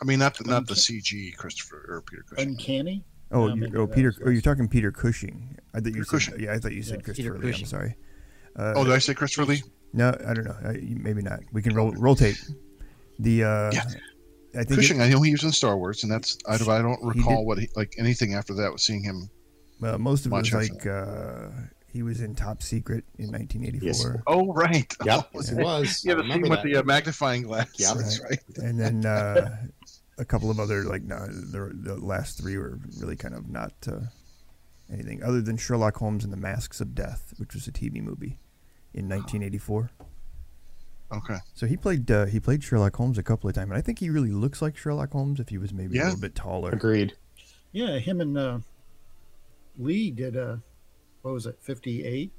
I mean, not the, not the CG Christopher or Peter Cushing.
Uncanny.
Oh,
Um,
you, oh,
that
Peter.
was
Oh, you're talking Peter Cushing. I thought you
Peter
said.
Cushing.
Yeah, I thought you said
Yes.
Christopher
Peter
Lee. I'm
Cushing.
sorry. Uh,
oh, did I say Christopher Lee?
no, I don't know. I, maybe not. We can roll rotate. The uh,
Yeah.
I think it-
Cushing. I know he was in Star Wars, and that's I, I don't
He
recall
did-
what he, like anything after that. Was seeing him.
uh, most of it was
Watch out
like uh, he was in Top Secret in 1984.
Oh, [laughs] right.
Yep, yes, it was.
Yeah,
I
the scene
remember
with
that.
the uh, magnifying glass.
Yeah.
that's right.
and then uh, a couple of other like no, the, the last three were really kind of not uh, anything other than Sherlock Holmes and the Masks of Death, which was a TV movie in 1984.
Okay.
So he played uh, he played Sherlock Holmes a couple of times, and I think he really looks like Sherlock Holmes if he was maybe a
Yeah.
little bit taller.
Agreed.
Yeah, him and uh, Lee did uh, what was it, fifty eight?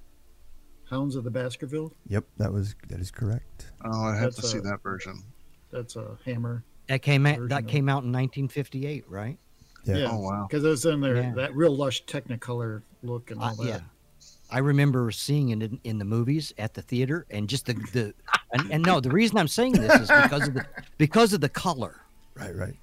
Hounds of the Baskerville.
Yep, that was that is correct.
Oh, I have
That's
to see
a-
that version.
That's a hammer.
That came out.
Version
That
of-
came out in 1958, right?
Yeah.
Oh, wow.
Because it was in there
Yeah.
that real lush Technicolor look and all
Uh,
that.
yeah. I remember seeing it in, in the movies at the theater, and just the the. And, and no, the reason I'm saying this is because of the because of the color.
Right, right.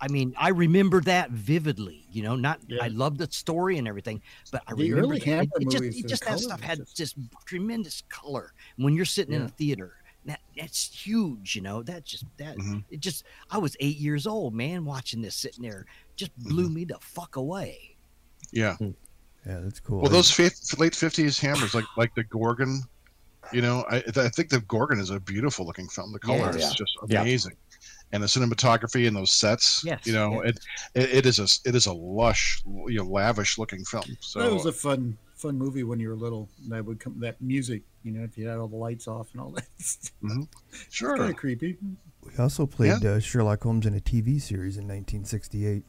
I mean, I remember that vividly. You know, not
Yeah.
I love the story and everything, but I
The
remember
early
that.
Hammer
it, it just,
movies,
it
the
just that
color
stuff
was
had
just-
just tremendous color when you're sitting in
Yeah.
a theater. That that's huge, you know. That just that
Mhm.
it just I was eight years old, man, watching this sitting there just blew me the fuck away.
Yeah.
Yeah, that's cool.
Well, those fif- late fifties hammers, like like the Gorgon, you know, I, I think the Gorgon is a beautiful looking film. The color
Yeah.
is just
Yeah.
amazing, and the cinematography and those sets.
Yes,
You know, it, it it is a it is a lush, you know, lavish looking film. So
that was a fun, fun movie when you were little. That would come that music, you know, if you had all the lights off and all that. [laughs] It's
sure.
kind of creepy.
we also played uh, Sherlock Holmes in a TV series in 1968.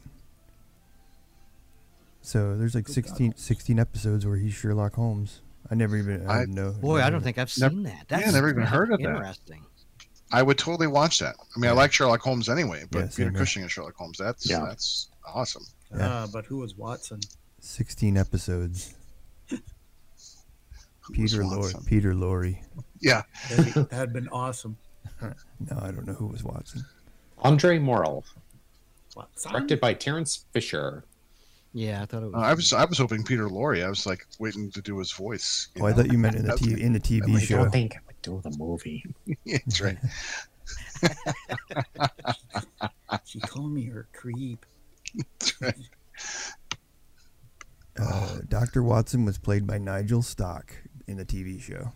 So there's like 16, 16 episodes where he's Sherlock Holmes. I never even I,
I-
didn't know.
Boy, I
never-
don't think I've
Nev-
seen that.
yeah,
That's
never even heard of that.
interesting.
I would totally watch that. I mean, I like Sherlock Holmes anyway, but
Yeah, same
Peter
here.
Cushing and Sherlock Holmes, that's
Yeah.
that's awesome.
Yeah.
Ah, but who was Watson?
16 episodes.
Who was
Peter Lorre.
Watson?
Peter Lorre.
Yeah,
That'd, be,
[laughs]
that'd been awesome.
No, I don't know who was Watson.
Andre Morrell,
Watson.
directed by Terrence Fisher.
Yeah, I thought it was.
Uh, I was I was hoping Peter Lorre. I was like waiting to do his voice. you
Oh, I
know? [laughs]
thought you meant in the
That's-
t- in the TV
I
show.
don't think I would do the movie.
Yeah, that's right.
She called me her creep.
Uh, Dr. Watson was played by Nigel Stock in the TV show.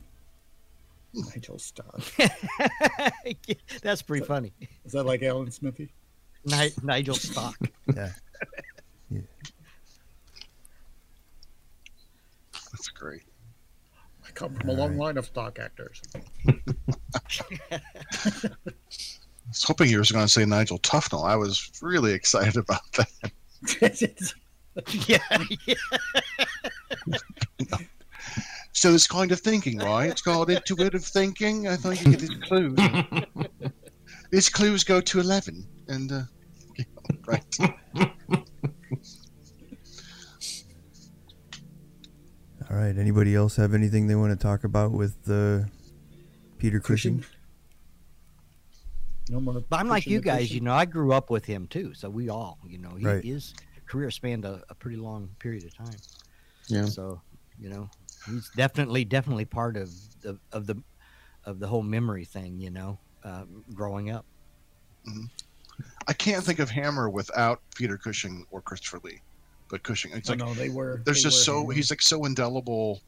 Nigel Stock.
[laughs] That's pretty funny.
Is that like Alan Smithy?
Ni- Nigel Stock.
Yeah.
That's great.
I come from a long
Uh,
line of stock [laughs]
[laughs]
actors.
I was hoping you were going to say Nigel Tufnell. I was really excited about that.
yeah, yeah.
So it's kind of thinking, right? It's called intuitive thinking. I thought you get these clues. these clues go to eleven, and uh, yeah, right.
All right. Anybody else have anything they want to talk about with uh, Peter Cushing?
no more.
But I'm like
pushing
you
the
guys,
cushion.
you know, I grew up with him too. So we all, you know, he,
Right.
his career spanned a, a pretty long period of time.
Yeah.
So, you know, he's definitely, definitely part of the, of the, of the whole memory thing, you know, uh, growing up.
I can't think of Hammer without Peter Cushing or Christopher Lee, but Cushing. It's
Oh,
like
no, they were.
there's
they
just
were
so
hammered.
he's like so indelible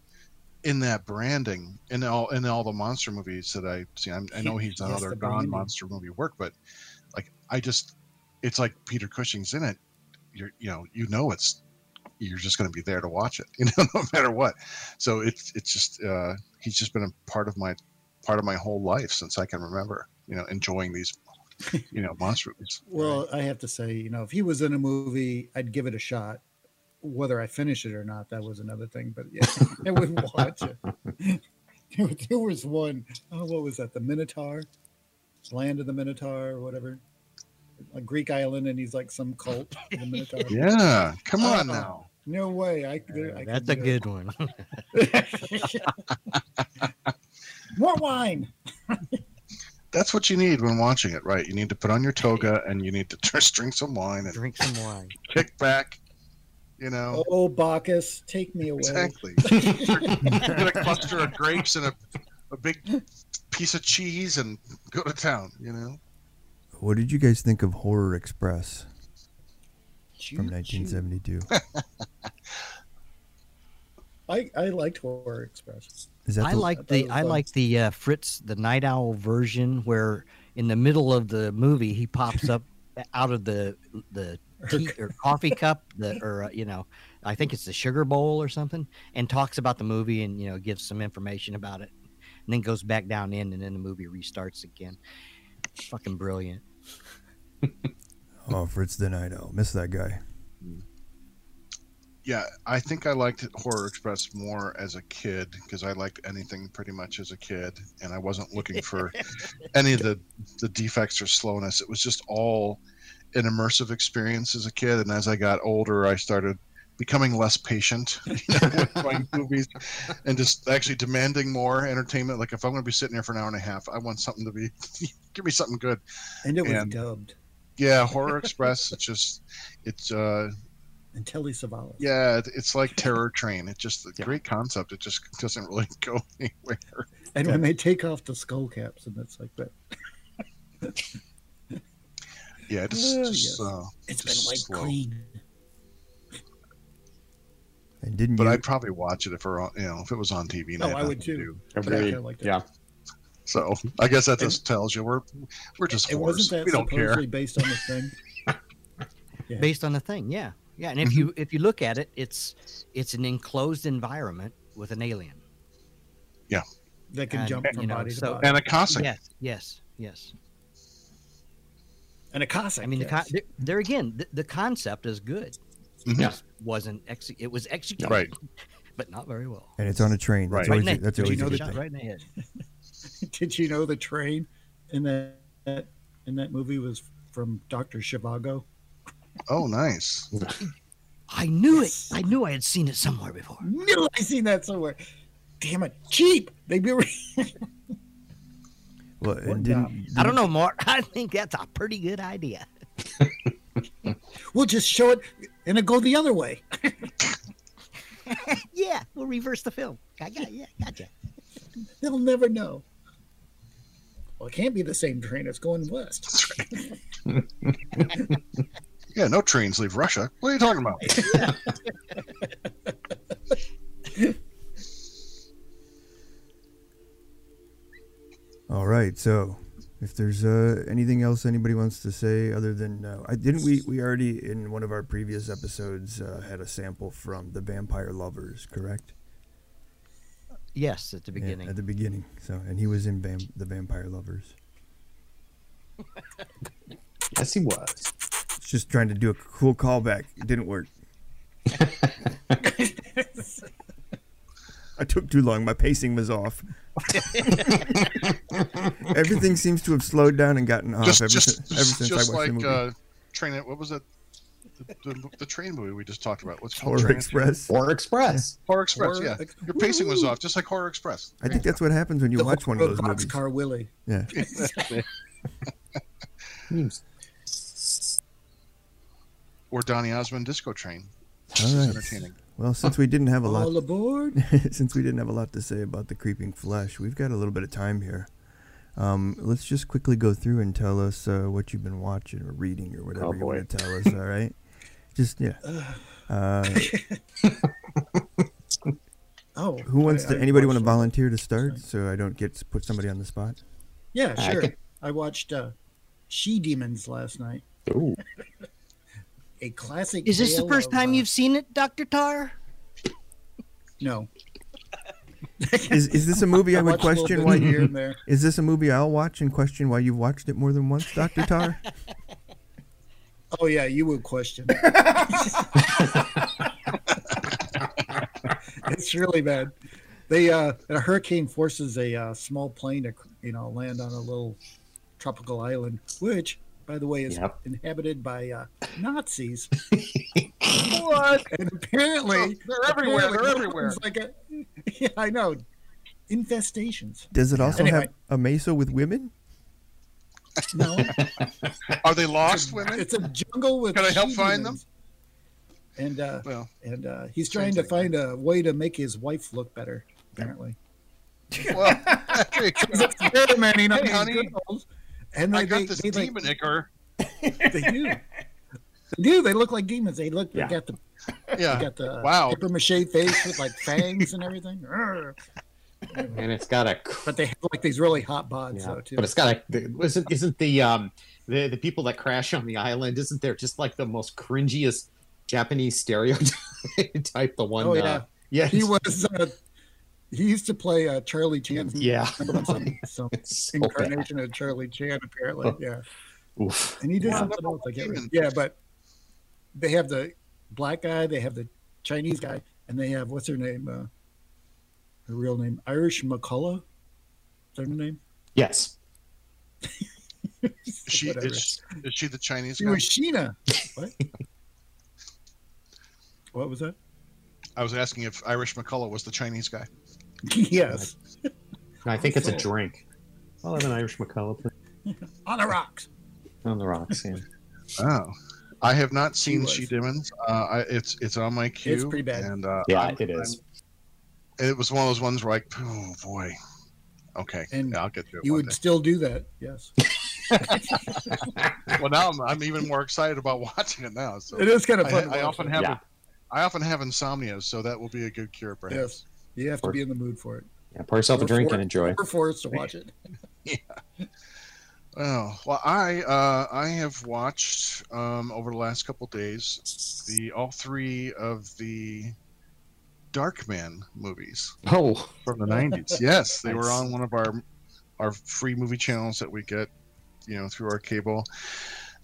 in that branding in all in all the monster movies that I see. I'm, I know he's
Yes,
another
the
non
branding.
monster movie work, but like I just, it's like Peter Cushing's in it. You're you know you know it's you're just going to be there to watch it, [laughs] you know, no matter what. So it's it's just uh, he's just been a part of my part of my whole life since I can remember. You know, enjoying
[laughs]
these you know monster movies.
Well, I have to say, you know, if he was in a movie, I'd give it a shot. Whether I finish it or not, that was another thing. But yeah, [laughs] I wouldn't watch it. [laughs] There was- there was one. Oh, what was that? The Minotaur, Land of the Minotaur, or whatever. A Greek island, and he's like some cult. of
[laughs]
The Minotaur.
Yeah, come on
Oh.
now.
No way. I, there- I
Uh, That's a
could do
good one. [laughs]
it. More wine.
that's what you need when watching it, right? You need to put on your toga and you need to [laughs] just drink some wine and
Drink some wine.
kick back. You know,
Oh, Bacchus, take me away.
exactly. Get a cluster of grapes and a, a big piece of cheese and go to town. You know,
What did you guys think of Horror Express from
Choo-choo.
[laughs]
1972?
I, I liked Horror Express.
Is that
I
the,
I
like
thought it
the
was
I
fun.
like the uh, Fritz the Night Owl version where in the middle of the movie he pops up out of the the tea or coffee cup the or uh, you know I think it's the sugar bowl or something and talks about the movie and you know gives some information about it and then goes back down in and then the movie restarts again. Fucking brilliant.
Oh, Fritz the Night Owl. Miss that guy.
yeah, I think I liked Horror Express more as a kid because I liked anything pretty much as a kid, and I wasn't looking for any of the the defects or slowness. It was just all an immersive experience as a kid, and as I got older, I started becoming less patient [laughs] you know, with my movies and just actually demanding more entertainment. Like if I'm going to be sitting there for an hour and a half, I want something to be [laughs] give me something good
And it was
And-
dubbed.
yeah horror express it's just it's uh
And Telly Savalas.
yeah, it- it's like Terror Train. It's just a great concept. It just [laughs] doesn't really go anywhere.
And when they take off the skull caps and it's like that.
Yeah, it's
Oh,
just.
yes.
Uh,
It's
Just
been wiped
slow.
clean.
And didn't
but
you?
I'd probably watch it if we're on, you know if it was on TV. and
Oh,
had
I would
nothing to
too.
do.
But I
Agreed.
kinda liked it.
Yeah.
So I guess that just tells you we're we're just
It
whores.
wasn't that
We don't
supposedly
care.
based on the thing. Yeah.
based on the thing yeah yeah and if you if you look at it it's it's an enclosed environment with an alien
That can
And,
jump
you
from
know,
body
so-
to body.
And a Cossack.
yes yes yes
And a Cossack.
I mean, the
yes.
con- there, there again, the, the concept is good. It
Mhm.
just wasn't exe- it was executed,
Right.
But not very well.
and it's on a train. That's
Right.
always,
Right in the-
that's
did
always
you
a
know
good
the
thing.
shot right in the head?
[laughs] Did you know the train in that, that in that movie was from Doctor Shivago?
Oh, nice.
I knew it.
Yes.
I knew I had seen it somewhere before.
No, I seen that somewhere. Damn it, cheap. They [laughs] be
Well, and
One
didn't,
I don't know, Mark. [laughs] I think that's a pretty good idea. [laughs]
we'll just show it and it go the other way. [laughs]
Yeah, we'll reverse the film. I got yeah, gotcha.
They'll never know. Well, it can't be the same train. It's going west. [laughs]
That's right. yeah, no trains leave Russia. What are you talking about?
Uh, All right. So, if there's uh, anything else anybody wants to say, other than uh, I didn't we we already in one of our previous episodes uh, had a sample from the Vampire Lovers, correct?
Yes, at the
Yeah,
beginning.
at the beginning. So, and he was in Vam- the Vampire Lovers.
[laughs] Yes, he was.
It's just trying to do a cool callback. It didn't work. I took too long. My pacing was
[laughs]
off. Everything seems to have slowed down and gotten off
just
ever,
just,
since, ever since
just
I watched
like
the movie.
uh, train. What was it? The, the, the train movie we just talked about. What's it called?
Horror
Train-
Express.
Or Express.
Horror Express.
Horror
yeah,
Ex-
your pacing was off, just like Horror Express.
I think that's what happens when you
The
watch one of those movies.
Boxcar Willie.
Yeah.
Or Donny Osmond Disco Train.
All right.
entertaining.
Well, since we didn't have a lot
All aboard.
[laughs] since we didn't have a lot to say about the creeping flesh, we've got a little bit of time here. Um, let's just quickly go through and tell us uh, what you've been watching or reading or whatever
Oh,
you
boy.
want to tell us. All right, just yeah. Uh,
Oh,
who wants
I-
to?
I
Anybody want to
watched-
volunteer to start so I don't get to put somebody on the spot?
Yeah,
I
sure.
can-
I watched uh, She Demons last night.
Ooh.
A classic.
Is this the
tale
first
of,
time
uh,
you've seen it, Doctor Tar?
No.
Is is this a movie I would
watched a little
question
bit
why
here
you?
and there.
Is this a movie I'll watch and question why you've watched it more than once, Doctor Tar?
Oh yeah, you would question. it's really bad. They uh, a hurricane forces a uh, small plane to you know land on a little tropical island, which by the way is
Yep.
inhabited by uh, Nazis.
What?
And apparently
They're everywhere,
apparently
they're everywhere.
it's Like a, [laughs] yeah, I know. Infestations.
Does it also
Anyway.
have a mesa with women?
No,
[laughs] Are they lost
[laughs]
women?
it's a jungle with.
Can I help find
demons. And uh,
Well,
and uh, he's
Same
trying to
thing.
find a way to make his wife look better. Apparently, [laughs]
well there you go.
hey,
honey.
and they,
I got
they,
this
they, like-
demon ichor.
they do. They do. They look like demons. They look.
Yeah.
They got the they
Yeah.
got the
Uh, Wow.
paper mache face with like fangs and everything. Arr.
And it's got a. cr-
But they have like these really hot bods
yeah,
though too.
But it's got a. the- Isn't, isn't the um the the people that crash on the island? Isn't there just like the most cringiest Japanese stereotype? [laughs] The one.
Oh, yeah.
Uh, yeah.
he was. Uh, he used to play uh, Charlie Chan.
Yeah. [laughs]
Some
It's so bad.
incarnation of Charlie Chan apparently. Yeah.
Oof.
and he did
Yeah.
something else. I can't remember.
Demon.
Yeah, but they have the black guy, they have the Chinese guy, and they have what's her name? Uh, her real name, Irish McCullough. Is that her name?
Yes.
Is she
Whatever.
is, is she the Chinese
She
guy?
was Sheena. What? what was that? [laughs]
I was asking if Irish McCullough was the Chinese guy.
yes,
I think it's a
So-
drink. I'll have an Irish McCullough
on the rocks.
on the rocks. Yeah.
Oh, I have not seen
was.
She Demons. Uh, I, it's it's on my queue.
pretty bad.
And uh,
Yeah, it is.
it was one of those ones where like, oh boy, okay,
And
yeah, I'll get to it.
You
one
would still do that,
[laughs]
yes. [laughs]
day. Well, now I'm, I'm even more excited about [laughs] watching it now. So
It is kind of
I,
fun. to
I
watch,
often
though.
have
Yeah.
I often have insomnia, so that will be a good cure, perhaps.
Yes, you have to be in the mood for it.
Yeah, pour yourself a
We're
drink
for-
and enjoy.
We're forced to
[laughs]
watch it.
Oh well, I uh, I have watched um, over the last couple days the all three of the Darkman movies
Oh,
from the nineties. Yes, they were
Nice.
on one of our our free movie channels that we get, you know, through our cable.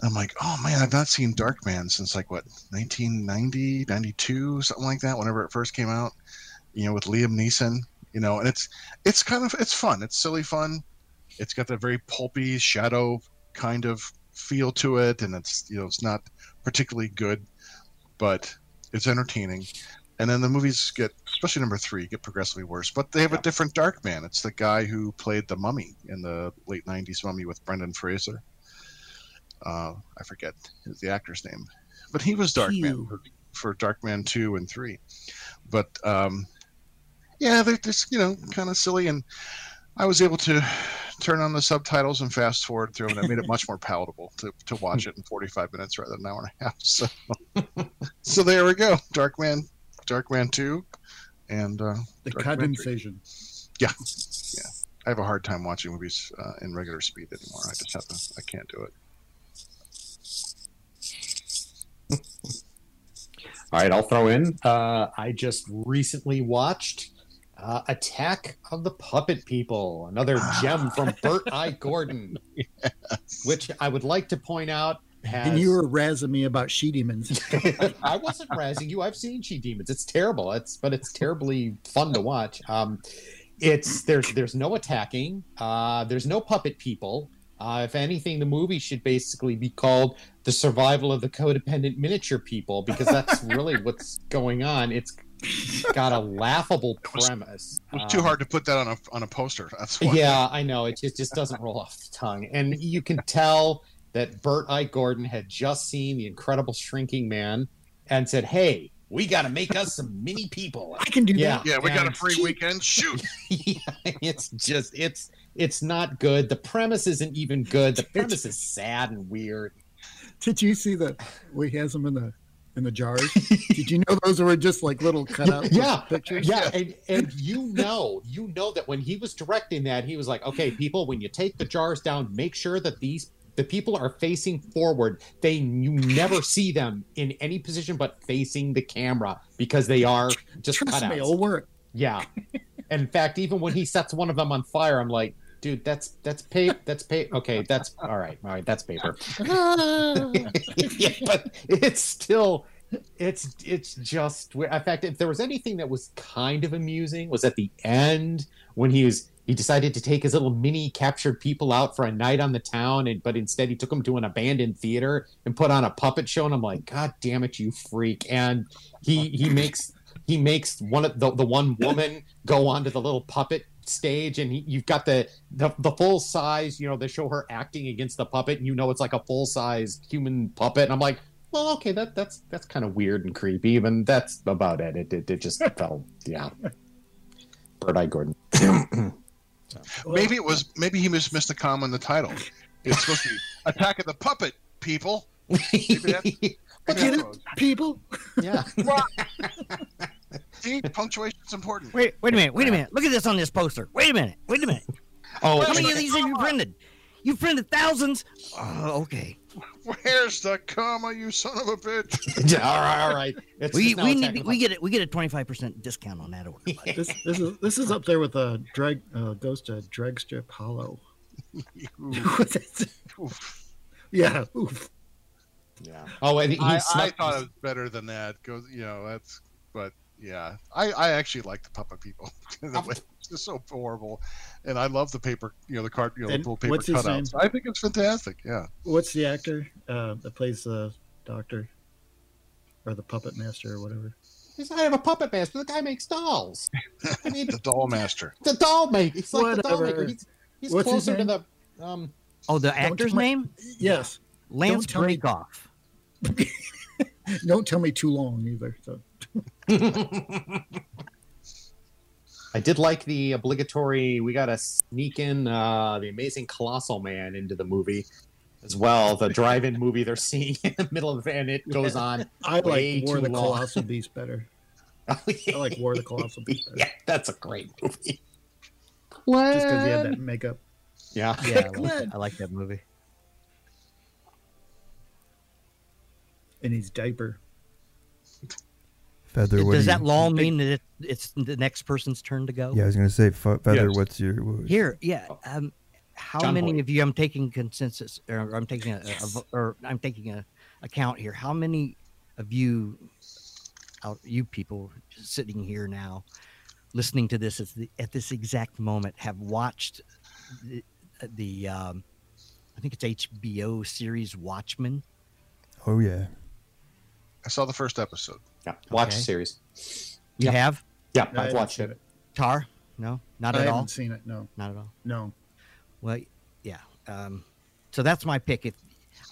I'm like, oh man, I've not seen Darkman since like what 1990, 92, something like that. Whenever it first came out, you know, with Liam Neeson, you know, and it's it's kind of it's fun. It's silly fun. It's got that very pulpy shadow kind of feel to it, and it's you know it's not particularly good, but it's entertaining. And then the movies get, especially number three, get progressively worse. But they have a
Yeah.
different Dark Man. It's the guy who played the Mummy in the late '90s Mummy with Brendan Fraser. Uh, I forget his- the actor's name, but he was Dark Man
Phew.
for, for Dark Man two and three. But um, yeah, they're just you know kind of silly, and I was able to turn on the subtitles and fast forward through them. It made it much more palatable to, to watch it in 45 minutes rather than an hour and a half. So, so there we go. Darkman, Darkman 2. And uh,
The
Dark
cut
Victory.
incision.
I have a hard time watching movies uh, in regular speed anymore. I just have to, I can't do it.
All right, I'll throw in. Uh, I just recently watched uh, Attack of the Puppet People,
[sighs]
another gem from Burt I.
[laughs]
Gordon, which I would like to point out. Has...
And you were razzing me about she demons. [laughs]
[laughs] I wasn't razzing you. I've seen She Demons. It's terrible. It's but it's terribly fun to watch. Um, it's there's there's no attacking. Uh, there's no puppet people. Uh, if anything, the movie should basically be called "The Survival of the Codependent Miniature People" because that's really what's going on. It's got a laughable
was-
premise.
It was too
Um,
hard to put that on a on a poster. That's why.
yeah, I know. It just, just doesn't roll off the tongue. And you can tell that Bert I. Gordon had just seen The Incredible Shrinking Man and said, hey, we got to make us some mini people. [laughs]
I can do
Yeah.
that.
Yeah, we got a
And
free
she-
weekend. Shoot.
yeah, it's just, it's, it's not good. The premise isn't even good. The premise is sad and weird.
Did you see that we has them in the in the
[laughs]
jars? Did you know those were just like little cutout
Yeah.
pictures?
Yeah, and, and you know, you know that when he was directing that, he was like, "Okay, people, when you take the jars down, make sure that these the people are facing forward. They you never see them in any position but facing the camera because they are just
Trust me, it'll
cutouts."
work.
Yeah, and in fact, even when he sets one of them on fire, I'm like, "Dude, that's that's paper. That's paper. Okay, that's all right. All right, that's paper." [laughs] yeah, but it's still it's it's just weird. in fact if there was anything that was kind of amusing was at the end when he was he decided to take his little mini captured people out for a night on the town and but instead he took them to an abandoned theater and put on a puppet show and i'm like god damn it you freak and he he makes he makes one of the, the one woman [laughs] go onto the little puppet stage and he, you've got the, the the full size you know they show her acting against the puppet and you know it's like a full size human puppet and i'm like well okay that that's that's kind of weird and creepy even that's about it it, it,
[laughs]
it just fell yeah bird eye gordon
Maybe it was. Maybe he dismissed the comma in the title. It's supposed to be Attack of the Puppet People. that-
But get it, people?
[laughs] yeah
See, punctuation is important.
Wait, wait a minute. Wait a minute. Look at this on this poster. Wait a minute. Wait a minute.
oh
How many
and-
of these have you printed? You printed thousands. Oh, okay.
Where's the comma, you son of a
[laughs]
bitch?
[laughs] yeah, all right all right It's
We
just now
we
it's
need
acting
to- we
up.
get it. We get a twenty five percent discount on that order. buddy.
This, this is this is up there with uh, drag uh, goes to drag strip
[laughs]
hollow. What's that?
Oof.
Yeah, oof.
yeah oh and he, he
I, I
snuck-
thought it was better than that. Goes, you know, that's. But yeah, I, I actually like the Puppet People. [laughs] The way- it's just so horrible, and I love the paper. You know, the card. You know,
And
the little paper
what's his name?
cutouts. I think it's fantastic. Yeah.
What's the actor uh, that plays the doctor or the puppet master or whatever?
He's not even a puppet master. The guy
[laughs]
makes dolls. I mean,
The Doll Master.
the doll maker. He's like the doll maker.
Whatever.
He's, he's
What's his
closer to the. Um,
Oh, the actor's
tell me-
name
Yes.
Lance
tell me-
Breakoff.
[laughs] Don't tell me too long either. So.
I did like the obligatory. We got to sneak in uh, the amazing colossal man into the movie as well. The drive-in movie they're seeing [laughs] in the middle of, the and it goes on. [laughs]
I
Way
like War of the
too long.
Colossal Beast better. I like
[laughs]
War of the Colossal Beast better.
yeah, that's a great movie.
Just because he had that makeup.
Yeah.
Yeah, I like, that- I like that movie.
in his diaper.
Feather, what
Does
do you-
that law mean that it, it's the next person's turn to go?
Yeah, I was gonna say, Fe- Feather,
Yes.
what's your what-
Here, yeah. Um, how
John
many
Boyd.
of you? I'm taking consensus, or I'm taking a, a- a vo- or I'm taking a account here. How many of you, out you people sitting here now, listening to this at, the, at this exact moment, have watched the, the um, I think it's HBO series Watchmen?
Oh yeah,
I saw the first episode.
yeah. Watch
Okay.
series.
You
Yeah.
have
Yeah,
I
I've
haven't
watched
seen
it.
Tar? No, not
I
at
haven't
all.
seen it. No,
Not at all.
no.
Well, yeah. Um, so that's my pick. If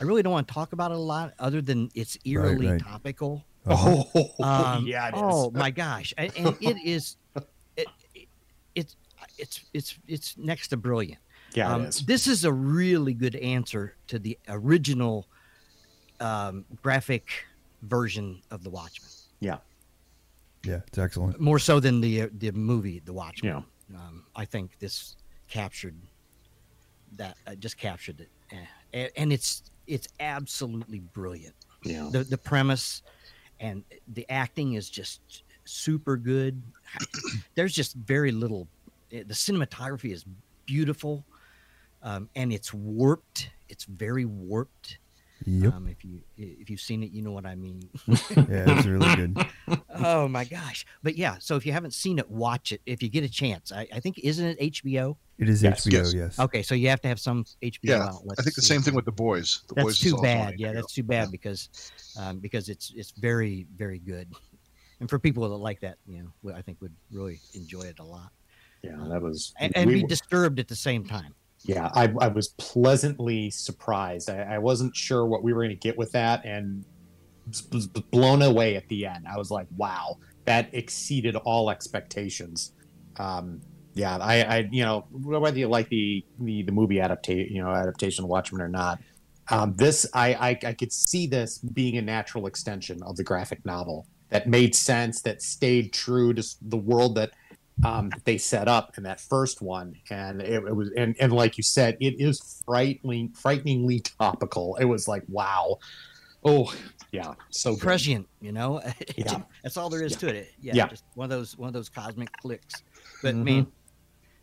I really don't want to talk about it a lot, other than it's eerily
right.
topical.
Uh-huh.
[laughs] Oh,
Um,
yeah, it is.
Oh my gosh! And,
[laughs]
and it is, it, it, it's it's it's it's next to brilliant.
Yeah, it
Um,
is.
this is a really good answer to the original um, graphic version of The Watchmen,
Yeah.
Yeah, it's excellent.
more so than the uh, the movie The Watchmen.
Yeah.
Um, I think this captured that uh, just captured it, Eh, and, and it's it's absolutely brilliant.
Yeah.
The the premise and the acting is just super good. [clears throat] There's just very little. eh, The cinematography is beautiful, um, and it's warped. It's very warped. [laughs]
Yep.
Um, if you if you've seen it, you know what I mean.
Yeah, it's really good.
oh my gosh! But yeah, so if you haven't seen it, watch it if you get a chance. I, I think isn't it HBO?
It is
Yes.
HBO.
Yes.
Yes.
Okay, so you have to have some HBO
Yeah,
outlet.
I think
to
the
see
same
it.
thing with the boys. The
that's
boys
too
is also on
bad. Yeah,
HBO.
that's too bad
Yeah.
because um, because it's it's very very good, and for people that like that, you know, well, I think would really enjoy it a lot
Yeah, that was.
and, and
we
be
were-
disturbed at the same time.
yeah, I, I was pleasantly surprised. I, I wasn't sure what we were going to get with that, and s- was blown away at the end. I was like, wow, that exceeded all expectations. Um, yeah, I, I, you know, whether you like the the, the movie adaptation, you know, adaptation of Watchmen or not, um, this I, I I could see this being a natural extension of the graphic novel that made sense, that stayed true to s- the world that um, that they set up in that first one, and it, it was and, and like you said, it is frightening, frighteningly topical. It was like wow, oh yeah, so good.
Prescient, you know, [laughs]
Yeah.
that's all there is
Yeah.
to it. it. Yeah,
Yeah.
just one of those one of those cosmic clicks. But
Mhm.
man,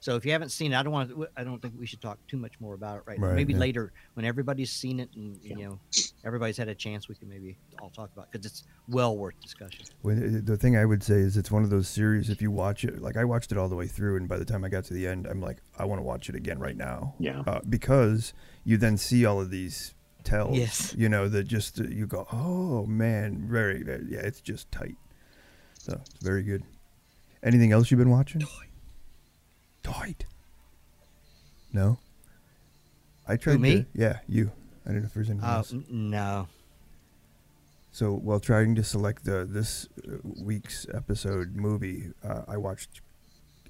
so if you haven't seen it, I don't want to. I don't think we should talk too much more about it right, now.
Right,
Maybe
yeah.
later when everybody's seen it and
Yeah.
you know everybody's had a chance, we can maybe all talk about because it's well worth discussion.
When, uh, the thing I would say is it's one of those series. If you watch it, like I watched it all the way through, and by the time I got to the end, I'm like, I want to watch it again right now.
Yeah.
Uh, because you then see all of these tells.
Yes.
You know that just uh, you go, oh man, very, very yeah, it's just tight. So it's very good. Anything else you've been watching? Tight. No. I tried.
me?
To, yeah, you. I don't know if there's anything
Uh,
else.
n- no,
So while trying to select the this uh, week's episode movie, uh, I watched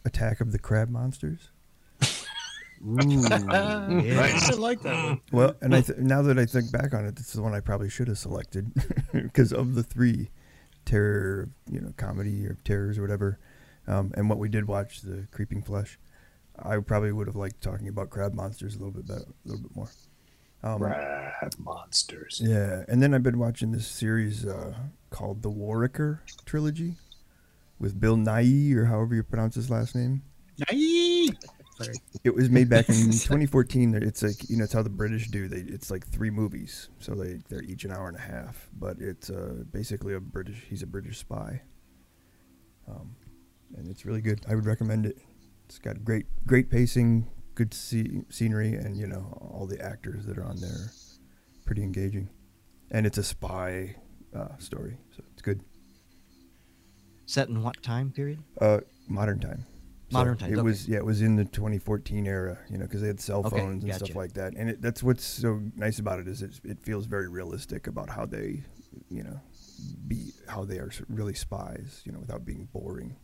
Attack of the Crab Monsters.
Nice.
Mm, I like that one.
Well, and I th- now that I think back on it, this is the one I probably should have selected [laughs] because of the three terror, you know, comedy or terrors or whatever, um, and what we did watch, the Creeping Flesh. I probably would have liked talking about crab monsters a little bit better, a little bit more. Um,
Crab monsters.
Yeah, and then I've been watching this series uh, called the Warwicker trilogy with Bill Nye or however you pronounce his last name.
Aye. Sorry.
It was made back in 2014. It's like you know, it's how the British do. They it's like three movies, so they they're each an hour and a half. But it's uh, basically a British. He's a British spy. Um, and it's really good. I would recommend it. It's got great great pacing, good sce- scenery, and you know all the actors that are on there, are pretty engaging. And it's a spy uh, story, so it's good.
set in what time period?
Uh, modern time.
Modern time,
It
okay.
was yeah, it was in the 2014 era, you know, because they had cell
Okay,
phones and stuff
gotcha.
like that. And it, that's what's so nice about it is it, it feels very realistic about how they, you know, be how they are s- really spies, you know, without being boring.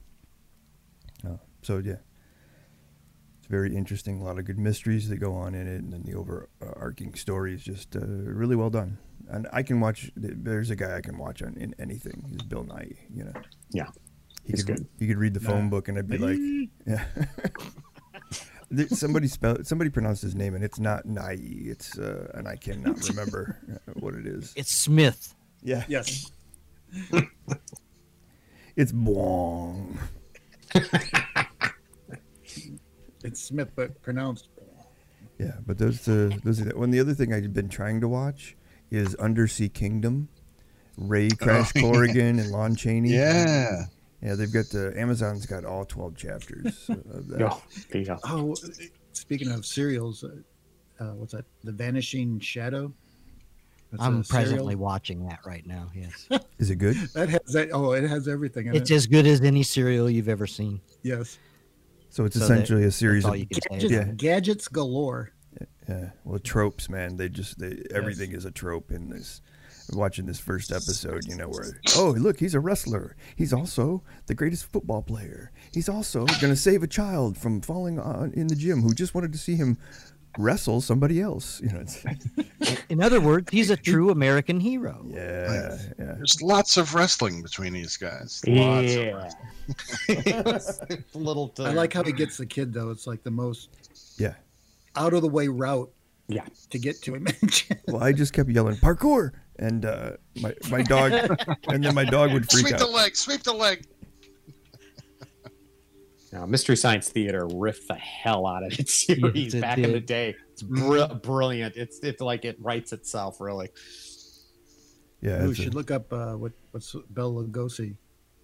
Uh, so yeah, it's very interesting. A lot of good mysteries that go on in it, and then the overarching story is just uh, really well done. And I can watch. There's a guy I can watch on in anything. He's Bill Nye, you know.
Yeah,
He
He's
could,
good.
He could read the phone book, and I'd be like, [laughs] yeah. There- somebody spelled somebody pronounced his name, and it's not Nye. It's uh, and I cannot remember [laughs] what it is.
It's Smith.
Yeah,
Yes.
it's Bwong.
It's Smith, but pronounced.
Yeah, but those uh, those are the, one. The other thing I've been trying to watch is Undersea Kingdom.
[laughs]
Ray Crash
Oh, yeah.
Corrigan and Lon Chaney.
Yeah.
yeah, they've got the Amazon's got all twelve
[laughs]
chapters of that.
Yeah, yeah.
Oh, speaking of serials, uh, uh, what's that? The Vanishing Shadow. That's
I'm
a serial.
presently watching that right now.
[laughs]
Yes,
Is it good?
That has that. Oh, it has everything in
it's
it.
as good as any serial you've ever seen.
Yes.
So
So
it's
that-
essentially a
That's
series
all
of
you can say.
Gadgets,
Yeah.
gadgets galore.
Yeah, well, tropes, man. They just they everything is a trope in this. watching this first episode, you know, where, oh, look, he's a wrestler. He's also the greatest football player. He's also going to save a child from falling on in the gym who just wanted to see him wrestle somebody else. You know, it's,
In other words, he's a true American hero.
yeah, yeah.
There's lots of wrestling between these guys. Lots of
Yeah. [laughs] Little.
I like how he gets the kid though. It's like the most
Yeah.
out of the way route
Yeah.
to get to him. [laughs]
Well, I just kept yelling parkour, and uh, my my dog, and then my dog would freak
Sweep the
out.
leg, sweep the leg.
Now, Mystery Science Theater riffed the hell out of its series
Yes, it
back in the
did.
day. It's br- brilliant. It's it's like it writes itself, really.
Yeah,
We
it's a-
should look up uh, what what's Bell Lugosi,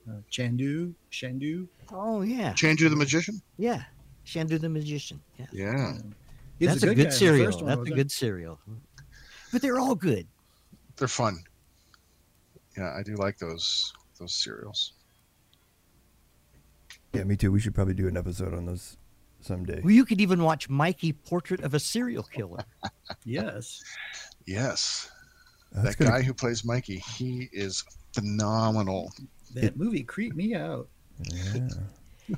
uh, Chandu, Chandu.
Oh yeah,
Chandu the magician.
yeah. Shandu the magician. Yeah,
Yeah,
He's
that's a good,
guy in the
serial.
first one,
that's a
wasn't
good serial. But they're all good.
they're fun. Yeah, I do like those those cereals.
yeah, me too. We should probably do an episode on those someday.
Well, you could even watch Mikey Portrait of a Serial Killer.
it? Yes. [laughs]
Yes,
That's
that
gonna-
guy who plays Mikey, he is phenomenal. [laughs]
That movie creeped me out. [laughs]
yeah.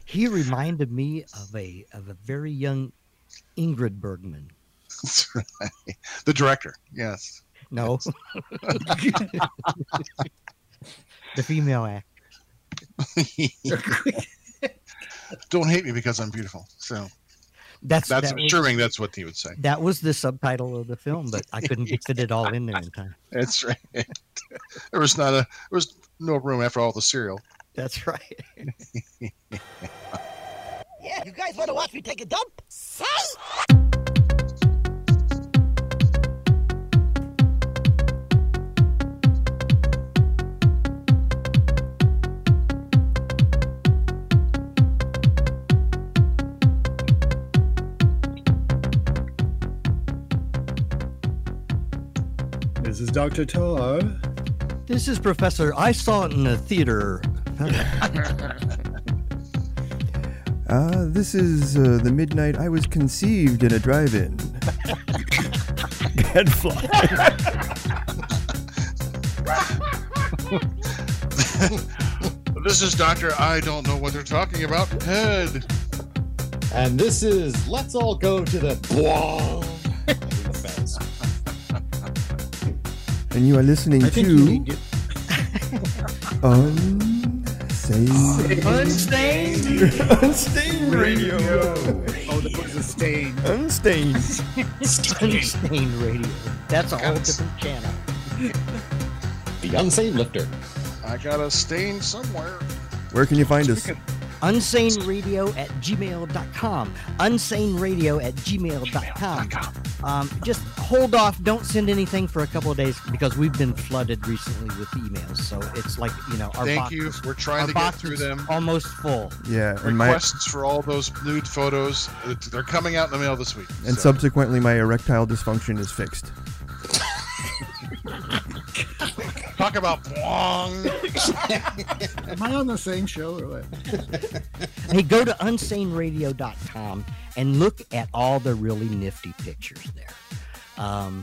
He reminded me of a of a very young Ingrid Bergman.
That's right. The director. Yes. [laughs]
No, [laughs] the female actor.
Don't hate me because I'm beautiful. So
That's
that's
that
I'm
was,
assuming that's what he would say.
That was the subtitle of the film, but I couldn't fit it all in there in time.
That's [laughs] right. there was not a there was no room after all the cereal.
That's right.
Yeah, you guys want to watch me take a dump? Say!
This is Doctor Tar.
This is Professor. I saw it in the theater.
Uh, this is uh, the midnight I was conceived in a drive-in. Gadfly.
This is Doctor I don't know what they're talking about. Head.
And this is let's all go to the
and you are listening
I think you
to
need to
Unstained
[laughs] Unstained.
Unstained Radio.
Oh, that was a stain.
Unstained.
Unstained radio. That's a whole different channel.
the unsane lifter.
I got a stain somewhere.
Where can you find us?
Unsane radio at gmail.com. Unsane radio at gmail.com. Um, just hold off. Don't send anything for a couple of days because we've been flooded recently with emails. So it's like, you know, our
Thank
box,
you. We're
Our
trying to get
box
through
is
them.
almost full.
Yeah, and my
Requests for all those nude photos. It- They're coming out in the mail this week.
and
so-
subsequently my erectile dysfunction is fixed.
talk about Bwong.
Am I on the same show or what?
Hey, go to unsaneradio.com and look at all the really nifty pictures there.
[laughs]
Um,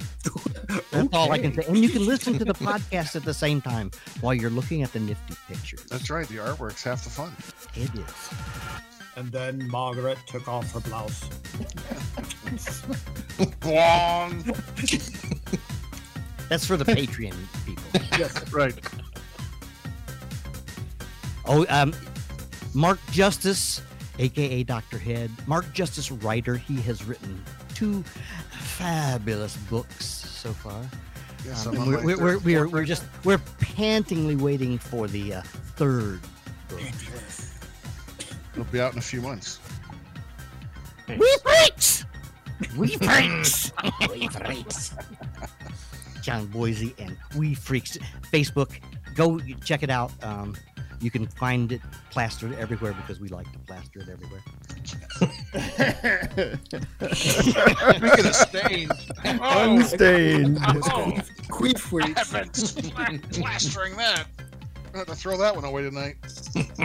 that's all I can say. And you can listen to the podcast at the same time while you're looking at the nifty pictures.
That's right. The artwork's half the fun.
It is.
And then Margaret took off her blouse.
Bwong.
That's for the Patreon people.
Yes.
Right.
Oh, um, Mark Justice, aka Dr. Head, Mark Justice writer. He has written two fabulous books so far.
Yes,
Um,
I'm
and
on
we're,
my
we're,
third
we're, we're,
book
we're
right
just we're pantingly waiting for the uh, third book.
now. It'll be out in a few months.
We freaks!
We freaks,
We freaks.
John Boise and We Freaks Facebook. Go check it out. Um, you can find it plastered everywhere because we like to plaster it everywhere.
Speaking of stain. Oh,
Unstained.
oh
Queef freaks.
heavens. Plastering that. I'm going to have to throw that one away tonight.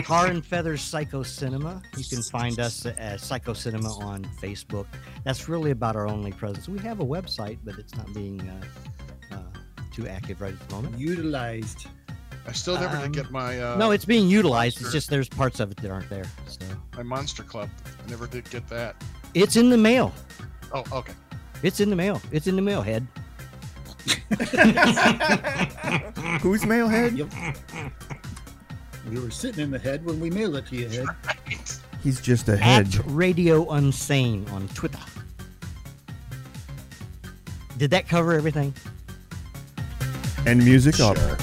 Car and Feathers Psycho Cinema. You can find us at Psycho Cinema on Facebook. That's really about our only presence. We have a website, but it's not being uh, uh, too active right at the
[laughs]
moment.
Utilized.
I still never
Um,
did get my uh,
no, it's being utilized. It's
sure.
just there's parts of it that aren't there. So
my Monster Club. I never did get that.
it's in the mail.
Oh, okay.
It's in the mail. It's in the mail, head.
Who's Mailhead?
Yep. We were sitting in the head when we mailed it to you, head.
He's just a head.
At Radio Unsane on Twitter. Did that cover everything?
And music up.
Sure.